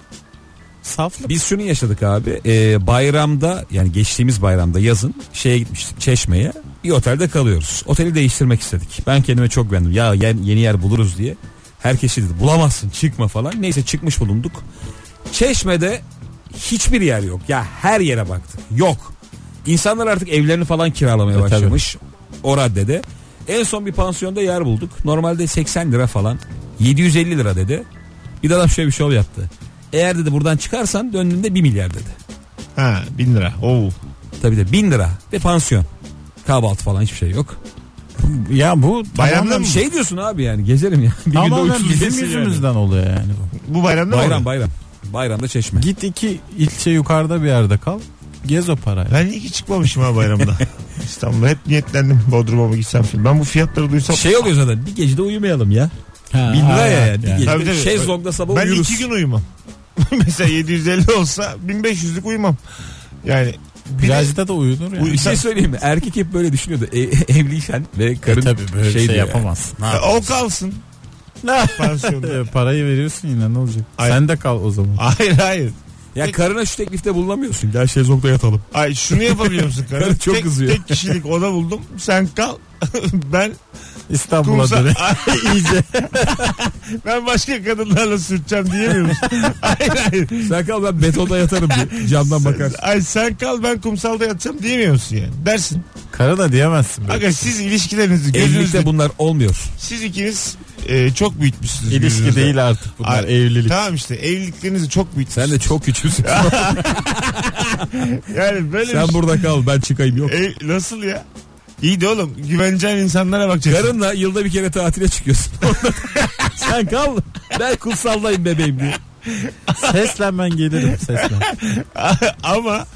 S4: saflık.
S5: Biz şunu e, yaşadık abi. eee, bayramda yani geçtiğimiz bayramda yazın şeye gitmiştik Çeşme'ye. bir otelde kalıyoruz. Oteli değiştirmek istedik. Ben kendime çok beğendim. Ya yen- yeni yer buluruz diye. Herkes şey dedi bulamazsın çıkma falan. Neyse çıkmış bulunduk. Çeşme'de hiçbir yer yok. Ya her yere baktık. Yok. İnsanlar artık evlerini falan kiralamaya
S4: E, tabii.
S5: başlamış. O raddede. En son bir pansiyonda yer bulduk. Normalde 80 lira falan. 750 lira dedi. Bir de adam şöyle bir şov yaptı. Eğer dedi buradan çıkarsan döndüğünde 1 milyar dedi.
S2: Ha bin lira. Oo.
S5: Tabii de 1000 lira ve pansiyon. Kahvaltı falan hiçbir şey yok.
S4: Ya bu
S2: Bayramda
S5: Tamam
S2: mı?
S5: şey diyorsun abi yani gezerim ya. [laughs] Bir günde
S4: tamamen
S5: uçsuz
S4: bizim
S5: gidesin yani.
S4: yüzümüzden oluyor yani. bu.
S2: Bu bayramda mı?
S5: Bayram
S2: oldu?
S5: bayram. Bayramda çeşme.
S4: Git iki ilçe yukarıda bir yerde kal. Gez o parayı.
S2: Ben iyi ki çıkmamışım ha bayramda. İstanbul'a hep niyetlendim Bodrum'a mı gitsem falan. Ben bu fiyatları duysam
S5: Şey oluyor zaten bir gecede uyumayalım ya.
S4: Ha,
S5: Bin lira ya
S4: hayat
S5: yani. Bir
S4: yani.
S5: gecede
S2: Tabii, tabii.
S5: şezlongda sabah
S2: ben
S5: uyuruz.
S2: iki gün uyumam. [laughs] Mesela 750 olsa 1500'lük uyumam. Yani bir de-
S4: Plajda da uyunur yani.
S5: Bir şey söyleyeyim mi? Erkek hep böyle düşünüyordu. E, [laughs] evliysen ve
S4: E
S5: karın
S4: tabii böyle
S5: şey
S4: şey,
S5: diyor yani.
S4: yapamazsın. Ne
S2: E,
S4: yapacaksın?
S2: o
S5: [laughs]
S2: kalsın.
S4: Ne?
S2: Pansiyonda.
S4: E, Parayı veriyorsun yine ne olacak?
S2: Ay-
S4: Sen de kal o zaman.
S2: hayır hayır.
S5: Ya karına şu teklifte bulunamıyorsun. Gel
S4: şey-
S5: şezlongda yatalım.
S2: Ay şunu yapabiliyor
S5: [laughs]
S2: musun karım?
S5: Karı çok
S2: tek,
S5: kızıyor.
S2: Tek kişilik oda buldum. Sen kal. [laughs] ben
S4: İstanbul'a
S2: kumsa.
S4: dön.
S5: [laughs]
S2: Ay, iyice. [laughs] ben başka kadınlarla sürteceğim diyemiyor
S5: [laughs]
S2: musun? hayır hayır.
S5: Sen kal ben betonda yatarım
S2: [laughs]
S5: diye. Camdan bakar.
S2: Ay sen kal ben kumsalda yatacağım diyemiyor musun yani? Dersin.
S4: Karı da diyemezsin. böyle.
S2: Aga siz ilişkilerinizi gözünüzde
S5: Evlilikte bunlar olmuyor.
S2: siz ikiniz e, çok büyütmüşsünüz.
S4: İlişki
S2: gözünüzde.
S4: değil artık bunlar
S2: Ay,
S4: evlilik.
S2: Tamam işte evliliklerinizi çok büyütmüşsünüz.
S5: Sen de çok küçüksün.
S2: Yani böyle bir
S5: Sen burada kal ben çıkayım yok.
S2: E, nasıl ya? İyi de oğlum güveneceğin insanlara bakacaksın.
S5: Karınla yılda bir kere tatile çıkıyorsun. [laughs] Sen kal. Ben kutsaldayım bebeğim diye.
S4: Seslenmen gelirim seslen.
S2: [laughs] [laughs] Ama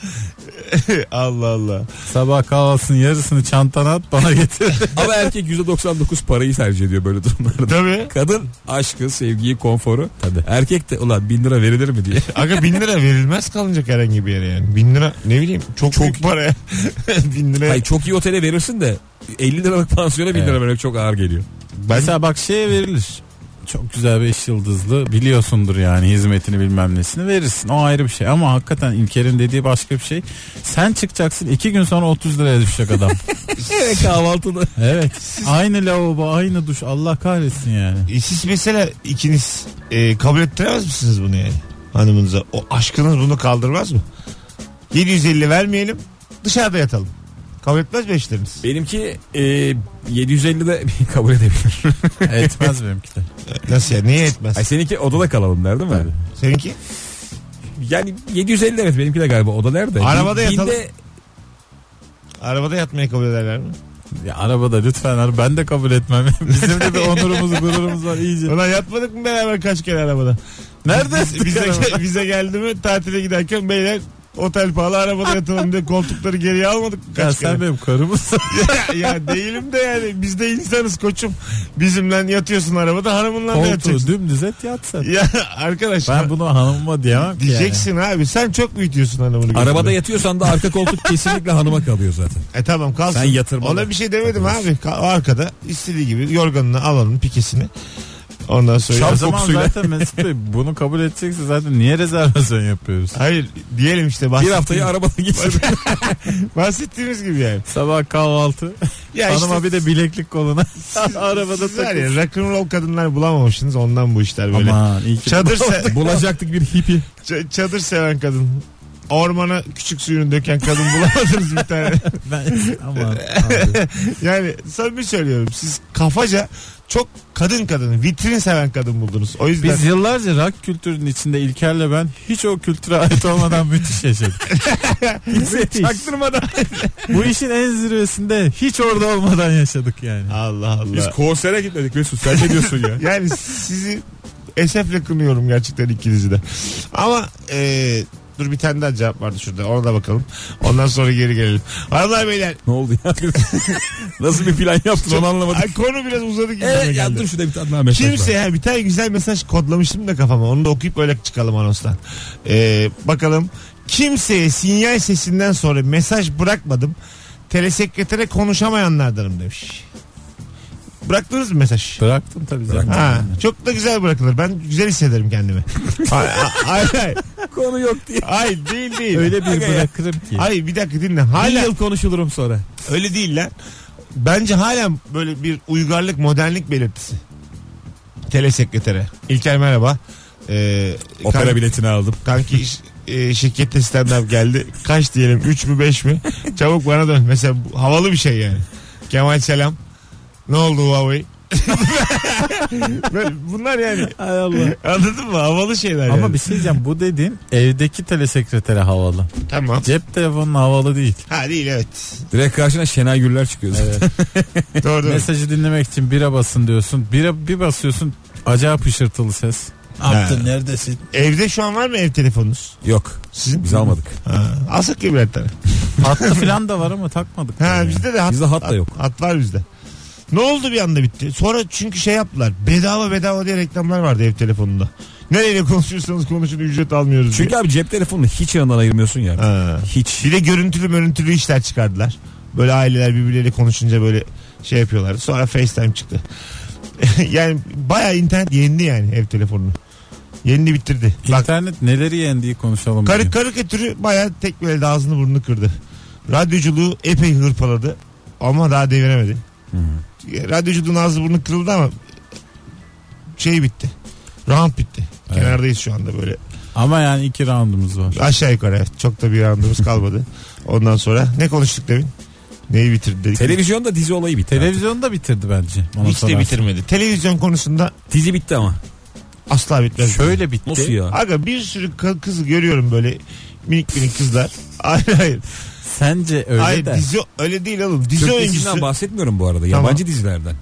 S2: [laughs] Allah Allah.
S4: Sabah kahvaltısının yarısını çantana at bana getir.
S5: Ama erkek %99 parayı tercih ediyor böyle durumlarda.
S2: Tabii.
S5: Kadın aşkı, sevgiyi, konforu. Erkek de ulan bin lira verilir mi diye.
S2: Aga bin lira verilmez kalınacak herhangi bir yere yani. Bin lira ne bileyim çok, büyük para ya. [laughs] bin lira.
S5: Hayır çok iyi otele verirsin de 50 liralık pansiyona bin lira
S4: Evet.
S5: vermek çok ağır geliyor.
S2: ben,
S4: Mesela bak şeye verilir. Çok güzel beş yıldızlı biliyorsundur yani hizmetini bilmem nesini verirsin. O ayrı bir şey ama hakikaten İlker'in dediği başka bir şey. Sen çıkacaksın iki gün sonra 30 liraya düşecek
S2: [laughs]
S4: adam.
S5: Evet kahvaltıda.
S4: evet. Aynı lavabo aynı duş Allah
S2: [laughs]
S4: kahretsin yani.
S2: E, siz mesela ikiniz e, kabul ettiremez misiniz bunu yani hanımınıza? O aşkınız bunu kaldırmaz mı? 750 vermeyelim dışarıda yatalım. Kabul etmez mi eşleriniz?
S5: Benimki e, 750 de [laughs] kabul edebilir.
S4: Etmez benimki de.
S2: Nasıl ya? Niye etmez?
S5: E, Ay seninki odada kalalım der değil mi?
S2: Seninki?
S5: Yani 750 de evet benimki de galiba oda nerede?
S2: Arabada
S5: Bin-
S2: yatalım.
S5: binde-
S2: Arabada yatmayı kabul ederler mi?
S4: Ya arabada lütfen ar- ben de kabul etmem. [laughs] Bizim de bir onurumuz gururumuz var iyice.
S2: Ulan yatmadık mı beraber kaç kere arabada?
S4: Nerede?
S2: Biz- bize, bize geldi mi tatile giderken beyler otel pahalı arabada yatalım diye koltukları geriye almadık mı
S4: Ya
S2: kaç
S4: sen
S2: kere?
S4: benim [laughs] karımsın.
S2: [laughs] ya, değilim de yani biz de insanız koçum. Bizimle yatıyorsun arabada hanımınla da
S4: Koltuğu
S2: yatacaksın.
S4: dümdüz et yat sen.
S2: Ya arkadaş
S4: Ben bunu hanımıma diyemem ki
S2: diyeceksin abi sen çok büyütüyorsun hanımını.
S5: Arabada
S2: götürüp.
S5: yatıyorsan da arka [laughs] koltuk kesinlikle hanıma kalıyor zaten.
S2: E tamam kalsın.
S5: Sen yatırma
S2: Ona
S5: da.
S2: bir şey demedim abi. Ka- O arkada istediği gibi yorganını alalım pikesini. Ondan sonra
S4: Yani. şey O zaman zaten Mesut [laughs] Bey bunu kabul edecekse zaten niye rezervasyon yapıyoruz?
S2: Hayır diyelim işte
S5: Bir
S2: bahsettiğim,
S5: haftayı arabada geçirdim.
S2: bahsettiğimiz gibi yani.
S4: [laughs] Sabah kahvaltı.
S2: Ya
S4: Hanıma
S2: işte
S4: bir de bileklik [laughs] koluna.
S2: siz-
S4: arabada
S2: siz var
S4: takılsın.
S2: ya rock'n'roll kadınlar bulamamışsınız ondan bu işler böyle.
S4: Aman iyi ki.
S2: Çadır, se-
S5: Bulacaktık bir hippie.
S2: ç- çadır seven kadın. Ormana küçük suyunu döken kadın [laughs] bulamadınız bir tane.
S4: [laughs] Ben, aman abi.
S2: Yani samimi söylüyorum siz kafaca çok kadın kadını vitrin seven kadın buldunuz. O yüzden
S4: [laughs] Biz yıllarca rock kültürünün içinde İlker'le ben hiç o kültüre ait olmadan müthiş [laughs] yaşadık. müthiş. [laughs]
S5: Çaktırmadan.
S4: Bu işin en zirvesinde hiç orada olmadan yaşadık yani.
S2: Allah Allah.
S5: konsere gitmedik Mesut sen ne diyorsun ya?
S2: Yani sizi esefle kınıyorum gerçekten ikinizi de. Ama e, dur bir tane daha cevap vardı şurada. Ona da bakalım. Ondan sonra geri gelelim. Hanımlar beyler
S5: [laughs] ne oldu ya? Nasıl bir plan yaptın onu anlamadım.
S2: ay, konu biraz uzadı gibi.
S5: Evet ya
S2: geldi.
S5: dur şurada bir tane daha mesaj
S2: Kimse ya bir tane güzel mesaj kodlamıştım da kafama. Onu da okuyup öyle çıkalım anonstan. Ee, bakalım. Kimseye sinyal sesinden sonra mesaj bırakmadım. Telesekretere konuşamayanlardanım demiş. Bıraktınız mı mesaj?
S4: Bıraktım tabii zaten.
S2: Ha, çok da güzel bırakılır. Ben güzel hissederim
S4: [laughs]
S2: kendimi. Ay, ay, ay,
S5: Konu yok diye.
S2: ay, değil değil.
S4: Öyle bir
S2: Aga ya.
S4: bırakırım ki.
S2: Ay bir dakika dinle.
S5: Bir
S2: Hala
S5: yıl konuşulurum sonra.
S2: öyle değil lan. Bence hala böyle bir uygarlık, modernlik belirtisi. Telesekretere. İlker merhaba. Ee, kan-
S5: biletini aldım.
S2: Kanki iş- e, şirkette stand up geldi. Kaç diyelim? 3 mü 5 mi? Çabuk bana dön. Mesela bu havalı bir şey yani. Kemal selam. Ne oldu Huawei? [laughs] Böyle Bunlar yani
S4: Ay Allah.
S2: anladın mı? Havalı şeyler
S4: Ama
S2: yani.
S4: bir şey diyeceğim bu dediğin evdeki telesekretere havalı.
S2: Tamam.
S4: Cep telefonuna havalı değil.
S2: Ha değil
S5: [laughs]
S2: evet.
S5: Direkt karşına Şenay Gürler çıkıyor zaten.
S2: Doğru doğru.
S4: Mesajı dinlemek için bira basın diyorsun. Bira bir basıyorsun acayip hışırtılı ses.
S2: Aptal,
S4: neredesin?
S2: Evde şu an var mı ev telefonunuz?
S5: [laughs] Yok
S2: Sizin?
S5: biz almadık.
S2: Ha, alsak ya birer tane.
S4: Hattı falan da var ama takmadık.
S2: Ha
S4: yani.
S2: bizde de hat,
S5: Bizde hat da yok.
S2: Hat var bizde. Ne oldu bir anda bitti. Sonra çünkü şey yaptılar. Bedava bedava diye reklamlar vardı ev telefonunda. Nereyle konuşursanız konuşun ücret almıyoruz
S5: Çünkü abi cep telefonunu hiç yanından ayırmıyorsun ya.
S2: diye. Ha.
S5: Hiç.
S2: Bir de görüntülü görüntülü işler çıkardılar. Böyle aileler birbirleriyle konuşunca böyle şey yapıyorlardı. Sonra FaceTime çıktı. [laughs] yani bayağı internet yendi yani ev telefonunu. Yenini bitirdi. Bak
S4: İnternet neleri yendiği konuşalım.
S2: Karı
S4: bugün.
S2: karikatürü bayağı tek böyle de ağzını burnunu kırdı. Radyoculuğu epey hırpaladı ama daha deviremedi. E, Radyoculuğun ağzı burnu kırıldı ama şey bitti. Round bitti.
S4: Evet.
S2: Kenardayız şu anda böyle.
S4: Ama yani iki roundumuz var.
S2: Aşağı yukarı evet. Çok da bir
S4: [laughs]
S2: roundumuz kalmadı. Ondan sonra ne konuştuk demin? Neyi bitirdi dedik?
S5: Televizyonda dizi olayı bitti.
S4: Televizyonu da bitirdi bence. bana
S2: Hiç de
S4: sorarsan.
S2: bitirmedi. Televizyon konusunda
S5: Dizi bitti ama.
S2: asla bitmez.
S4: Şöyle bitti.
S5: Nasıl ya?
S2: Aga bir sürü ka- kız görüyorum böyle minik minik kızlar. Hayır hayır.
S4: Sence öyle
S2: hayır
S4: de. şey
S2: dizi öyle değil oğlum. Dizi
S5: Türk
S2: oyuncusu.
S5: dizisinden bahsetmiyorum bu
S2: Tamam.
S5: arada. Yabancı dizilerden.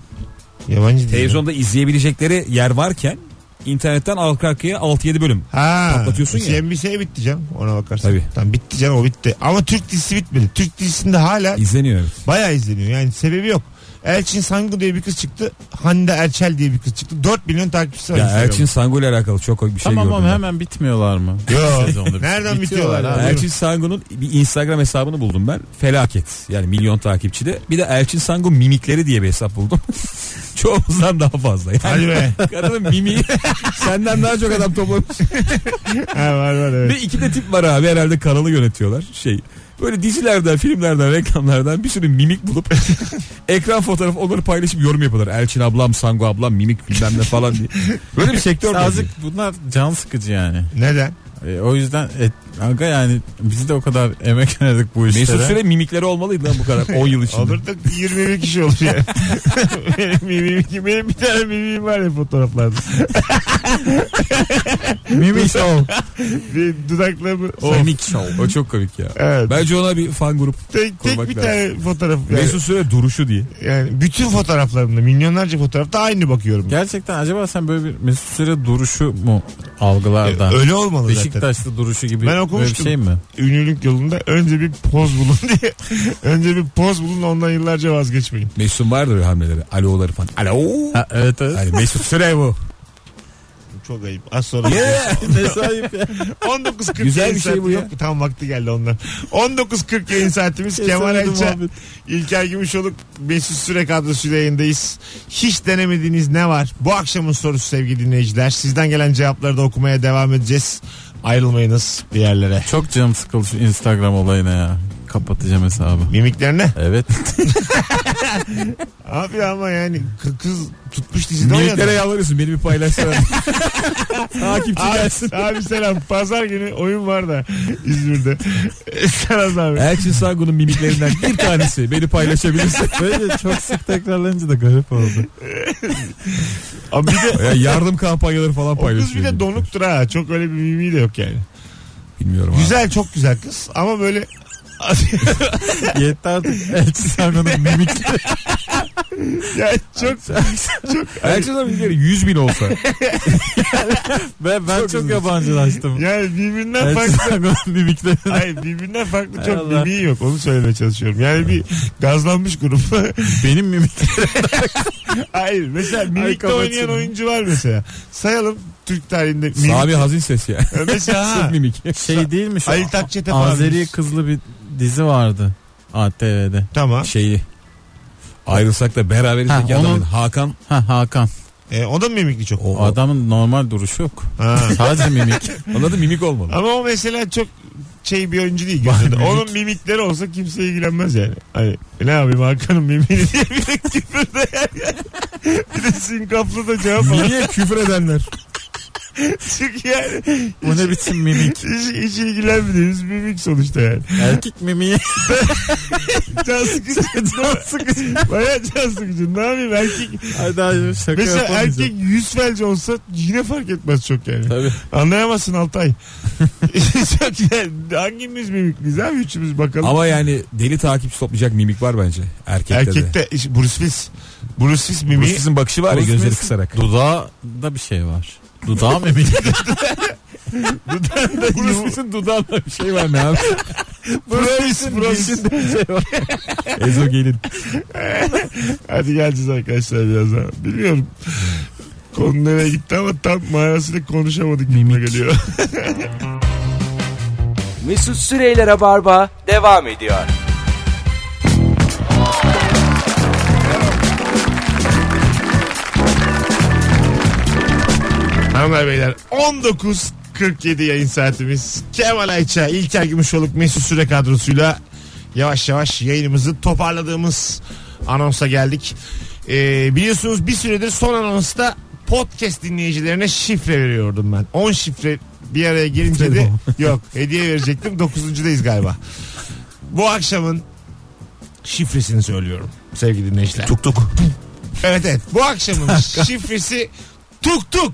S2: Yabancı dizi.
S5: Televizyonda izleyebilecekleri yer varken internetten arka arkaya 6-7 bölüm.
S2: Ha.
S5: Patlatıyorsun ya.
S2: CNBC bitti canım ona bakarsan.
S5: Tabii.
S2: Tamam bitti canım o bitti. Ama Türk dizisi bitmedi. Türk dizisinde hala
S5: İzleniyor evet.
S2: bayağı izleniyor. Yani sebebi yok. Elçin Sangu diye bir kız çıktı. Hande Erçel diye bir kız çıktı. 4 milyon takipçisi var.
S5: Ya
S2: Instagram'da.
S5: Erçin Sangu ile alakalı çok bir şey
S4: tamam
S5: gördüm.
S4: ama
S5: ben.
S4: hemen bitmiyorlar mı?
S2: Yo.
S4: Sezonda
S2: Nereden bitiyorlar abi?
S4: abi.
S5: Elçin Sangu'nun bir Instagram hesabını buldum ben. Felaket. Yani milyon takipçide. Bir de Elçin Sangu mimikleri diye bir hesap buldum. [laughs] Çoğumuzdan daha fazla. Yani
S2: Hadi be.
S5: Kadının mimiği senden daha çok adam toplamış.
S2: ha, var var evet.
S5: Ve iki de tip var abi herhalde kanalı yönetiyorlar. Şey böyle dizilerden, filmlerden, reklamlardan bir sürü mimik bulup [laughs] ekran fotoğrafı onları paylaşıp yorum yapıyorlar. Elçin ablam, Sangu ablam, mimik bilmem ne falan
S4: [laughs]
S5: diye. Böyle bir sektör var.
S4: Azıcık bunlar can sıkıcı yani.
S2: Neden?
S4: E, o yüzden e, aga yani biz de o kadar emek verdik bu işlere.
S5: Mesut Süre mimikleri olmalıydı lan bu kadar
S4: [laughs]
S5: 10 yıl içinde.
S2: Olur da 20 bin kişi olur yani. [laughs] benim, mimim, benim bir tane mimim var ya fotoğraflarda.
S5: [laughs]
S4: Mimik Show.
S2: Bir dudaklarımı.
S5: O. Mimik show. O çok komik ya.
S2: Evet.
S5: Bence ona bir fan grup.
S2: tek tek
S5: kurmak
S2: bir
S5: lazım.
S2: tane fotoğraf. Yani,
S5: Mesut Süre duruşu diye.
S2: yani bütün fotoğraflarımda milyonlarca fotoğrafta aynı bakıyorum.
S4: Gerçekten acaba sen böyle bir Mesut Süre duruşu mu algılarda?
S2: Öyle olmalı zaten.
S4: Beşiktaşlı duruşu gibi
S2: Ben
S4: böyle bir
S2: okumuştum.
S4: şey mi?
S2: ünlülük yolunda önce bir poz bulun [laughs] diye. önce bir poz bulun ondan yıllarca vazgeçmeyin.
S5: Mesut'un vardır ya hamleleri. Alo'ları falan. Alo.
S4: Ha, evet evet.
S5: Yani Mesut Süre bu.
S2: Çok ayıp. Az sonra.
S4: [laughs] ne sahip ya.
S2: 19.40
S5: Güzel
S2: yayın
S5: bir şey
S2: saati
S5: bu ya.
S2: yok. Tam vakti geldi ondan. 19.40 yayın saatimiz. Kemal
S4: Kesemedi
S2: Ayça,
S4: muhabbet.
S2: İlker Gümüşoluk, Mesut Süre kadrosuyla yayındayız. Hiç denemediğiniz ne var? Bu akşamın sorusu sevgili dinleyiciler. Sizden gelen cevapları da okumaya devam edeceğiz. Ayrılmayınız bir yerlere.
S4: Çok canım sıkıldı şu Instagram olayına ya. Kapatacağım hesabı.
S2: Mimiklerine.
S4: Evet.
S2: Abi ama yani kı- kız tutmuş dizide
S5: Mimiklere
S2: oynadı.
S5: yalvarıyorsun beni bir paylaşsana. Takipçi gelsin.
S2: Abi, abi selam. Pazar günü oyun var da İzmir'de. E, Sana zahmet.
S5: Elçin Sangu'nun mimiklerinden bir tanesi beni paylaşabilirsin.
S4: Böyle çok sık tekrarlanınca da garip oldu.
S2: Abi bir de
S5: Ya yardım kampanyaları falan
S2: o kız
S5: paylaşıyor.
S2: bir de donuktur ha. Çok öyle bir mimiği de yok yani.
S5: Bilmiyorum abi.
S2: Güzel çok güzel kız ama böyle
S4: [laughs]
S2: [laughs]
S4: Yetti artık. Elçi Sango'nun mimik.
S2: yani çok
S4: şey
S5: Elçin Sangu'nun mimikleri 100 bin olsa.
S4: Ben, ben çok,
S5: üzüldüm.
S4: yabancılaştım.
S2: yani birbirinden
S4: Elçi
S2: farklı.
S4: Sango'nun mimikleri.
S2: [laughs] Hayır birbirinden farklı
S4: Hay
S2: çok
S4: Allah.
S2: mimiği yok. Onu söylemeye çalışıyorum. Yani bir gazlanmış grup.
S4: [laughs]
S2: [laughs]
S4: Benim mimiklerim.
S2: Hayır mesela mimikte
S4: kapatsın.
S2: oynayan oyuncu var mesela. Sayalım Türk tarihinde mimik.
S5: Sami hazin ses ya.
S2: Mesela ha,
S5: [laughs] Sırf mimik.
S4: Şey değil mi şu?
S2: Ali Takçet'e
S4: Azeri kızlı bir dizi vardı. ATV'de.
S2: Tamam.
S5: Şeyi. Ayrılsak da beraberiz.
S4: Ha,
S5: Peki
S4: onun-
S5: adamın Hakan
S4: Ha Hakan.
S2: E, o da mı mimikli çok?
S4: O adamın normal duruşu yok.
S2: Ha.
S4: Sadece [laughs] mimik.
S5: anladın mimik olmalı.
S2: Ama o mesela çok şey bir oyuncu değil gözünde. Onun mimikleri olsa kimse ilgilenmez yani. Hani ne yapayım Hakan'ın mimini diye bir de küfür de bir de sinkaflı da cevap alır.
S5: Niye küfür edenler?
S2: [laughs] Çünkü yani
S4: [laughs] Bu ne biçim mimik?
S2: hiç, hiç ilgilenmediğimiz mimik sonuçta yani.
S4: Erkek mimiği.
S2: Can sıkıcı. [laughs] can sıkıcı. Baya can sıkıcı. Ne yapayım erkek.
S4: Hadi hayır şaka
S2: Mesela
S4: yapamayacağım.
S2: erkek yüz felci olsa yine fark etmez çok yani.
S4: Tabii.
S2: Anlayamazsın [laughs] Altay. çok yani hangimiz mimikliyiz abi üçümüz bakalım.
S5: Ama yani deli takipçi toplayacak mimik var bence. Erkekte, de.
S2: Erkekte işte Bruce Willis. Bruce Willis
S5: Bruce
S2: mimiği.
S5: Willis'in bakışı var ya
S4: Bruce
S5: gözleri
S4: Willis'in-
S5: kısarak.
S4: Dudağında bir şey var. Dudağı [laughs] mimik.
S2: Bruce Willis.
S4: Sizin dudağında bir şey var.
S5: ne abi?
S2: Bruce Willis. Bruce Willis.
S5: Ezo gelin.
S2: Hadi geleceğiz arkadaşlar birazdan. Bilmiyorum. Konu nereye gitti ama tam manasıyla konuşamadık gibime geliyor.
S1: Mesut Süreyler'e barba devam ediyor.
S2: Hanımlar beyler 19.47 yayın saatimiz. Kemal Ayça, İlker Gümüşoluk, Mesut Süre kadrosuyla yavaş yavaş yayınımızı toparladığımız anonsa geldik. Ee, biliyorsunuz bir süredir son anonsta podcast dinleyicilerine şifre veriyordum ben. 10 şifre bir araya gelince de yok hediye verecektim. 9.dayız galiba. Bu akşamın şifresini söylüyorum sevgili dinleyiciler.
S5: Tuk tuk.
S2: Evet evet. Bu akşamın
S5: [laughs]
S2: şifresi tuk tuk.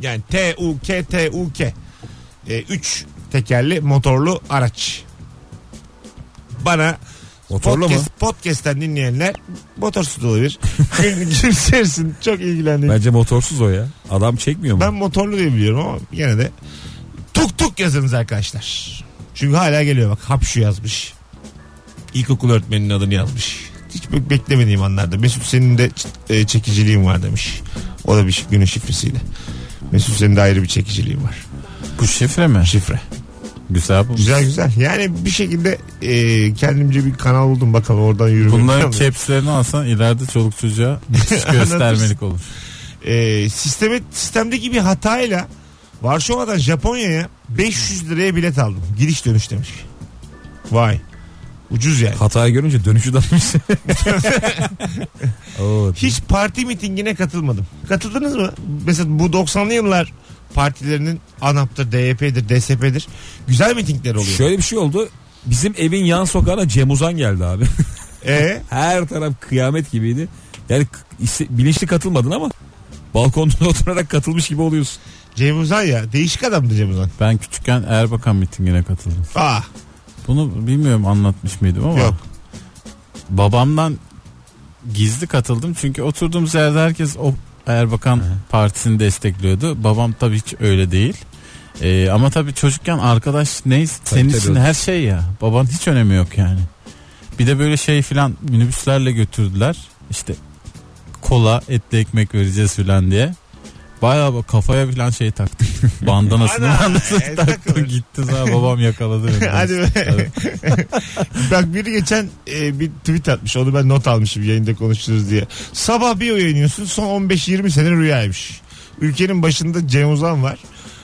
S2: Yani T U K T U K. 3 tekerli motorlu araç. Bana
S5: Motorlu mu?
S2: podcast, podcast'ten dinleyenler motorsuz da
S5: [laughs]
S2: olabilir. Gün- Gülsersin çok ilgilendim. Ben,
S5: Bence motorsuz o ya. Adam çekmiyor mu?
S2: motorlu diye biliyorum ama gene de tuk tuk yazınız arkadaşlar. Çünkü hala geliyor bak hapşu yazmış. İlkokul öğretmeninin adını yazmış. Hiç bek- beklemediğim anlarda. Mesut senin de ç- e, çekiciliğin var demiş. O da bir şi- günün şifresiydi. Mesut senin de ayrı bir çekiciliğin var.
S4: Bu şifre mi?
S2: Şifre.
S4: Güzel bu.
S2: Güzel güzel. Yani bir şekilde e, kendimce bir kanal buldum bakalım oradan yürüyorum.
S4: Bunların capslerini alsan ileride çoluk çocuğa [laughs] müthiş göstermelik olur.
S2: e, sisteme, sistemdeki bir hatayla Varşova'dan Japonya'ya 500 liraya bilet aldım. Gidiş dönüş demiş. Vay. Ucuz yani.
S5: Hatayı görünce dönüşü dalmış. Oo,
S2: Hiç parti mitingine katılmadım. Katıldınız mı? Mesela bu 90'lı yıllar partilerinin ANAP'tır, DYP'dir, DSP'dir. Güzel mitingler oluyor.
S5: Şöyle bir şey oldu. Bizim evin yan sokağına Cem Uzan geldi abi. [laughs]
S2: Ee,
S5: Her taraf kıyamet gibiydi. Yani k- iste- bilinçli katılmadın ama balkonda [laughs] oturarak katılmış gibi oluyorsun.
S2: Cem Uzan ya. Değişik adamdı Cem Uzan. Ah,
S4: Ben küçükken Erbakan mitingine katıldım.
S2: Aa,
S4: Bunu bilmiyorum anlatmış mıydım ama.
S2: Yok.
S4: Babamdan gizli katıldım çünkü oturduğumuz yerde herkes o Erbakan partisini destekliyordu. Babam tabii hiç öyle değil. Ee, ama tabii çocukken arkadaş neyse senin
S5: tabii
S4: için
S5: o-
S4: her şey ya. Baban hiç önemi yok yani. Bir de böyle şey filan minibüslerle götürdüler. İşte kola etli ekmek vereceğiz filan diye. Bayağı bak- kafaya filan şey
S5: [laughs]
S4: taktım. Bandanasını
S2: Ana,
S4: bandanasını
S2: el
S4: taktım
S2: takılır.
S4: [laughs] gitti. Sonra babam yakaladı beni.
S2: [laughs] Hadi be.
S4: Tabii.
S2: [laughs] Bak biri geçen e, bir tweet atmış. Onu ben not almışım yayında konuşuruz diye. Sabah bir uyanıyorsun son 15-20 sene rüyaymış. Ülkenin başında Cem Uzan var.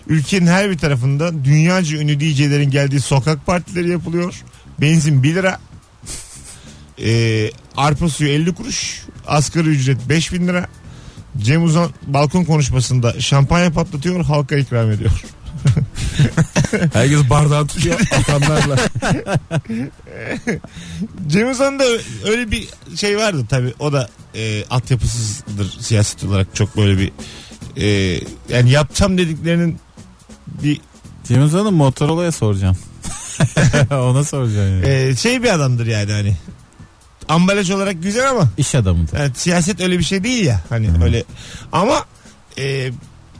S2: Ülkenin her bir tarafında dünyaca ünlü DJ'lerin geldiği sokak partileri yapılıyor. Benzin 1 lira. E, arpa suyu 50 kuruş. Asgari ücret 5000 lira. Cem Uzan balkon konuşmasında şampanya patlatıyor halka ikram ediyor.
S5: Herkes
S2: [laughs]
S5: bardağı tutuyor atanlarla.
S2: Cem Uzan'ın da öyle bir şey vardı tabii. O da e, altyapısızdır siyaset olarak çok böyle bir e, yani yapacağım dediklerinin bir
S4: Cem Uzan'ı Motorola'ya soracağım. [laughs] Ona soracağım yani.
S2: e, şey bir adamdır yani hani. Ambalaj olarak güzel ama
S4: İş adamı da.
S2: yani siyaset öyle bir şey değil ya hani öyle ama e,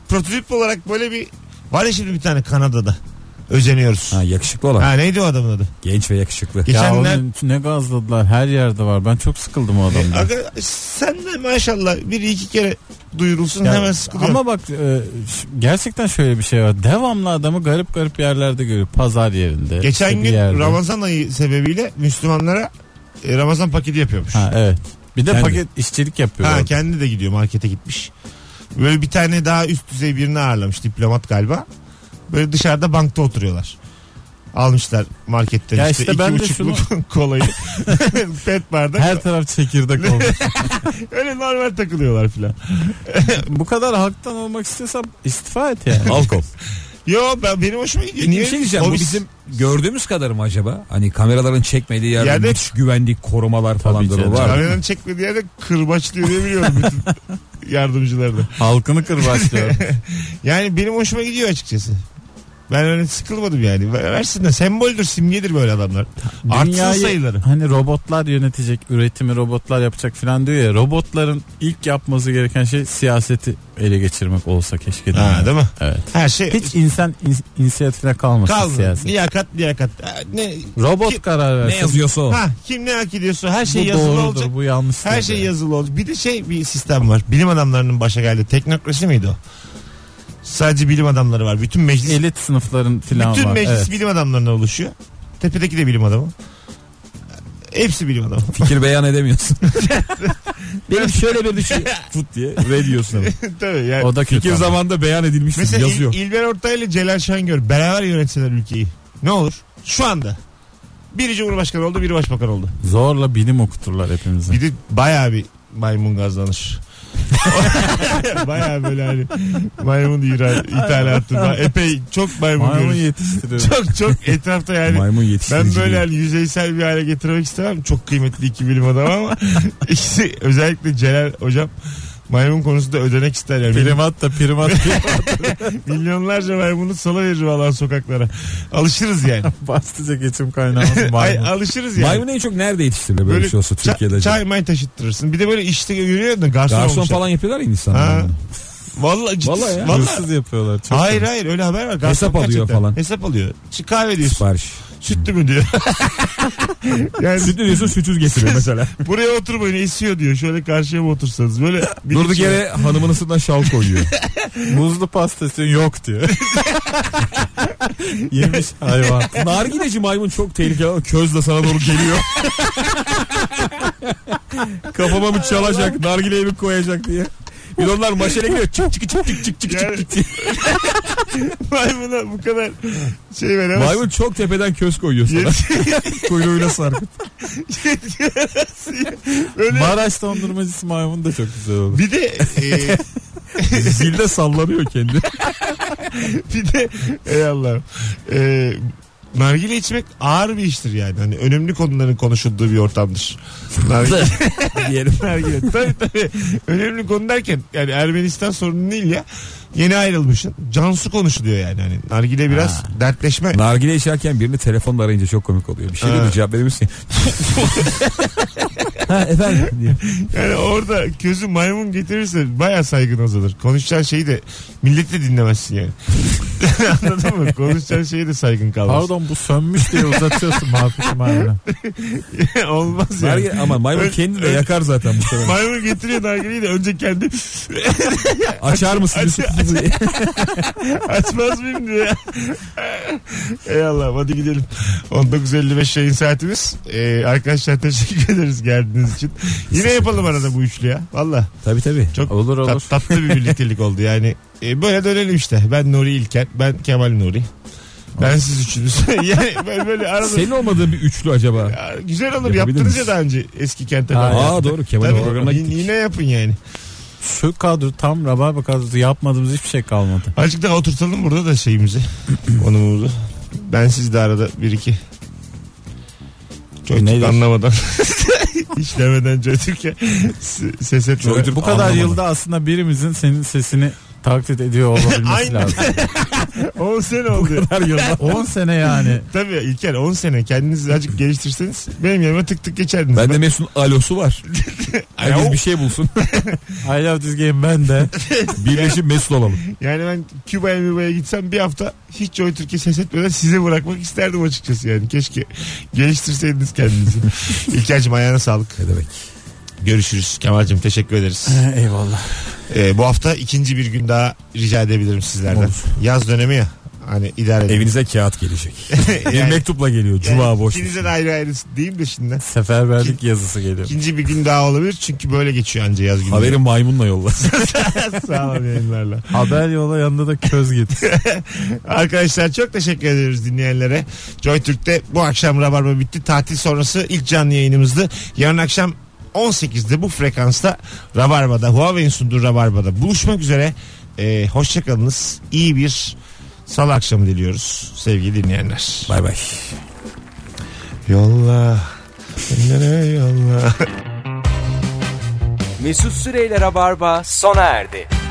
S2: prototip olarak böyle bir var ya şimdi bir tane Kanada'da özeniyoruz.
S5: Ha, yakışıklı olan.
S2: Ha, neydi o adamın adı?
S5: Genç ve yakışıklı.
S2: Geçen-
S4: Ya
S2: Geçenler-
S4: onun için ne gazladılar her yerde var. Ben çok sıkıldım o
S2: E,
S4: adamdan.
S2: aga, sen de maşallah bir iki kere duyurulsun
S4: Ya,
S2: hemen sıkılıyor.
S4: ama bak e, ş- gerçekten şöyle bir şey var. Devamlı adamı garip garip yerlerde görüyor. Pazar yerinde.
S2: Geçen
S4: işte bir
S2: gün
S4: yerde.
S2: Ramazan ayı sebebiyle Müslümanlara e, Ramazan paketi yapıyormuş.
S4: Ha,
S2: Ha,
S4: evet. Bir de
S5: Kendi.
S4: paket işçilik yapıyor. orada.
S2: kendi de gidiyor markete gitmiş. Böyle bir tane daha üst düzey birini ağırlamış diplomat galiba. Böyle dışarıda bankta oturuyorlar. Almışlar marketten
S4: Ya
S2: işte,
S4: işte
S2: iki
S4: ben de
S2: buçukluk [laughs] kolayı. Pet bardak.
S4: Her taraf
S2: [laughs]
S4: çekirdek olmuş.
S2: Öyle normal takılıyorlar filan.
S4: Bu kadar halktan olmak istiyorsam istifa et yani.
S5: Alkol.
S2: Yo ben, benim hoşuma gidiyor.
S5: Niye? Bir şey diyeceğim.
S2: O
S5: Bu bizim gördüğümüz kadar mı acaba? Hani kameraların çekmediği yerde
S2: Yerde-
S5: müthiş güvenlik korumalar falan da
S4: canım.
S5: var.
S2: Kameradan çekmediği yerde kırbaçlıyor diye biliyorum bütün yardımcıları da.
S4: Halkını kırbaçlıyor.
S2: Yani benim hoşuma gidiyor açıkçası. Ben öyle sıkılmadım yani. Ver- Versin de semboldür simgedir böyle adamlar. Artsın sayıları.
S4: Hani robotlar yönetecek, üretimi robotlar yapacak falan diyor ya. Robotların ilk yapması gereken şey siyaseti ele geçirmek olsa keşke.
S2: Ha,
S4: dünyada.
S2: değil mi?
S4: Evet.
S2: Her şey
S4: Hiç insan in- inisiyatifine kalmasın
S2: kaldı.
S4: siyaset.
S2: Liyakat liyakat. Ha, Ne,
S4: Robot
S2: Ki-
S4: karar
S5: Ne
S4: versin.
S5: yazıyorsa o.
S2: ha, kim ne hak ediyorsa her şey
S4: bu
S2: yazılı
S4: doğrudur,
S2: olacak.
S4: bu yanlıştır.
S2: Her şey yazılı olacak. Bir de şey bir sistem var. Bilim adamlarının başa geldi. Teknokrasi miydi o? Sadece bilim adamları var. Bütün meclis
S4: Elit sınıfların falan
S2: bütün
S4: var.
S2: meclis
S4: evet.
S2: bilim adamlarına oluşuyor. Tepedeki de bilim adamı. Hepsi bilim adamı. [laughs]
S5: Fikir beyan edemiyorsun. Benim şöyle
S2: [laughs]
S5: bir düşün. Tut diye re diyorsun ama.
S2: Tabii yani.
S4: O da kötü.
S5: [laughs] Fikir
S4: ama.
S5: zamanında beyan edilmiştir
S2: Mesela İl-
S5: yazıyor.
S2: İlber Ortaylı ile Celal Şengör beraber yönetseler ülkeyi. Ne olur? Şu anda. Biri Cumhurbaşkanı oldu, biri Başbakan oldu.
S4: Zorla bilim okuturlar hepimize.
S2: Bir de bayağı bir maymun gazlanır. [laughs] bayağı böyle hani maymun ira- ithalatı. da Epey çok maymun,
S4: Maymun
S2: görürüz.
S4: yetiştiriyor.
S2: [laughs] Çok çok etrafta yani.
S5: Maymun
S2: Ben
S5: yetiştirici.
S2: böyle hani yüzeysel bir hale getirmek istemem. Çok kıymetli iki bilim adamı ama [laughs] ikisi özellikle Celal hocam maymun konusunda ödenek ister yani.
S4: primat da primat
S2: [laughs] Milyonlarca maymunu sala verir vallahi sokaklara. Alışırız yani.
S4: bastıca geçim kaynağımız
S2: Ay,
S4: maymun.
S2: alışırız yani.
S5: [laughs] Maymun en çok nerede yetiştirilir böyle,
S2: Böyle
S5: bir şey olsa
S2: ça-
S5: Türkiye'de? acaba?
S2: çay may taşıttırırsın. Bir de böyle işte yürüyor da garson,
S5: Garson
S2: olmuşlar.
S5: falan yapıyorlar ya
S2: Ha.
S5: insanlar.
S2: Vallahi ciddi.
S5: Vallahi ya.
S4: Hırsız yapıyorlar. Çok
S2: hayır hayır öyle haber var. Garson
S5: Hesap alıyor
S2: gerçekten.
S5: falan.
S2: Hesap alıyor. Şu kahve diyorsun.
S5: Sipariş.
S2: Sütlü mü
S5: [laughs]
S2: diyor. yani
S5: Sütlü diyorsun sütüz getiriyor mesela.
S2: buraya oturmayın esiyor diyor. Şöyle karşıya mı otursanız böyle. bir
S5: Durduk
S2: iki-
S5: yere hanımın ısından şal [laughs] koyuyor.
S4: Muzlu pastası yok diyor. Yemiş hayvan.
S5: [laughs] Nargileci maymun çok tehlikeli ama köz de sana doğru [laughs] geliyor. Kafama mı çalacak, nargileyi mi koyacak diye. Bir de onlar maşere gidiyor. Çık çık çık çık çık çık
S2: Yani-
S5: çık diye.
S2: [laughs] Maymuna bu kadar şey veremez.
S5: Maymun çok tepeden köz koyuyor sana.
S4: [laughs]
S5: Kuyruğuyla sarkıt.
S2: Öyle.
S4: Maraş dondurmacısı maymun da çok güzel olur.
S2: bir de e, [laughs]
S5: Zilde sallanıyor kendi.
S2: bir de ey Allah'ım. E, nargile içmek ağır bir iştir yani. Hani önemli konuların konuşulduğu bir ortamdır. Nargile, [laughs]
S5: Diyelim.
S2: nargile. Tabii tabii. Önemli konu derken yani Ermenistan sorunu değil ya. Yeni ayrılmışsın. Cansu konuşuluyor yani. Hani nargile biraz dertleşme.
S5: Nargile içerken birini telefonla arayınca çok komik oluyor. Bir şey diyor cevap verir misin? [laughs] ha efendim diyor.
S2: Yani orada közü maymun getirirse baya saygın azalır. Konuşacağın şeyi de millet de dinlemezsin yani. [laughs] Anladın mı? Konuşacağın şeyi de saygın kalmaz.
S4: Pardon bu sönmüş diye uzatıyorsun muhabbeti maymuna.
S2: [laughs] Olmaz yani.
S5: [laughs] Nargile, ama maymun kendi de yakar zaten bu sefer.
S2: Maymun getiriyor nargileyi de önce kendi
S5: Açar mısın? Yusuf? diye.
S2: açmaz mıyım diyor. ya. [laughs] Ey Allah hadi gidelim. 19.55 yayın saatimiz. Ee, arkadaşlar teşekkür ederiz geldiğiniz için. Yine yapalım arada bu üçlü ya. Valla
S5: [laughs] tabii tabii.
S2: çok
S4: Olur olur.
S2: tat- tatlı bir birliktelik oldu yani. Ee, böyle dönelim işte. Ben Nuri İlker, ben Kemal Nuri. Ben siz üçünüz. [laughs] yani ben böyle arada
S5: Senin olmadığın bir üçlü acaba.
S2: Ya, güzel olur.
S5: Yapabilir
S2: Yaptınız ya
S5: miyiz?
S2: daha önce eski kente.
S4: Ha,
S2: dair.
S5: Aa doğru Kemal'in programına
S2: Tabii,
S5: gittik.
S2: yine yapın yani.
S4: Şu kadro tam rabarba kadrosu yapmadığımız hiçbir şey kalmadı.
S2: Azıcık daha oturtalım burada da şeyimizi. [clears throat] Konumuzu. Ben siz de arada bir iki. Çocuk
S4: Neydi?
S2: anlamadan. [laughs] İşlemeden çocuk ya. S- Ses etmeden.
S5: Çocuk-
S4: Bu kadar
S5: Anlamadım.
S4: yılda aslında birimizin senin sesini taklit ediyor olabilmesi
S2: Aynen.
S4: lazım.
S2: 10 sene oldu.
S5: Her yılda.
S4: 10 sene yani.
S2: Tabii İlker 10 sene kendinizi azıcık geliştirseniz benim yanıma tık tık geçerdiniz.
S5: Bende Mesut'un alosu [laughs] var. Herkes bir şey [laughs] bulsun.
S4: I love this game ben de.
S5: Birleşip Mesut olalım.
S2: Yani ben Küba'ya Müba'ya gitsem bir hafta hiç Joy Türkiye ses etmeden size bırakmak isterdim açıkçası yani. Keşke geliştirseydiniz [laughs] kendinizi. İlker'cim ayağına sağlık.
S5: Ne demek?
S2: Görüşürüz. Kemal'cim teşekkür ederiz.
S4: Eyvallah.
S2: Ee, bu hafta ikinci bir gün daha rica edebilirim sizlerden.
S4: Olur.
S2: Yaz dönemi ya. Hani idare edin.
S5: Evinize kağıt gelecek. Bir
S2: [laughs] Yani-
S5: mektupla geliyor. Cuma boş.
S2: İkinize de ayrı ayrı değil de şimdi.
S4: Seferberlik yazısı geliyor.
S2: İkinci bir gün daha olabilir çünkü böyle geçiyor anca yaz günü.
S5: Haberi maymunla yolla.
S2: [laughs] Sağ olun yayınlarla.
S4: [laughs] Haber yola yanında da köz getir.
S2: Arkadaşlar çok teşekkür ediyoruz dinleyenlere. Joy Türk'te bu akşam Rabarba bitti. Tatil sonrası ilk canlı yayınımızdı. Yarın akşam 18'de bu frekansta Rabarba'da Huawei'in sunduğu Rabarba'da buluşmak üzere. Ee, hoşçakalınız. İyi bir salı akşamı diliyoruz sevgili dinleyenler.
S5: Bay bay.
S2: Yolla. Kendine yolla.
S1: Mesut Süreyler'e barba sona erdi.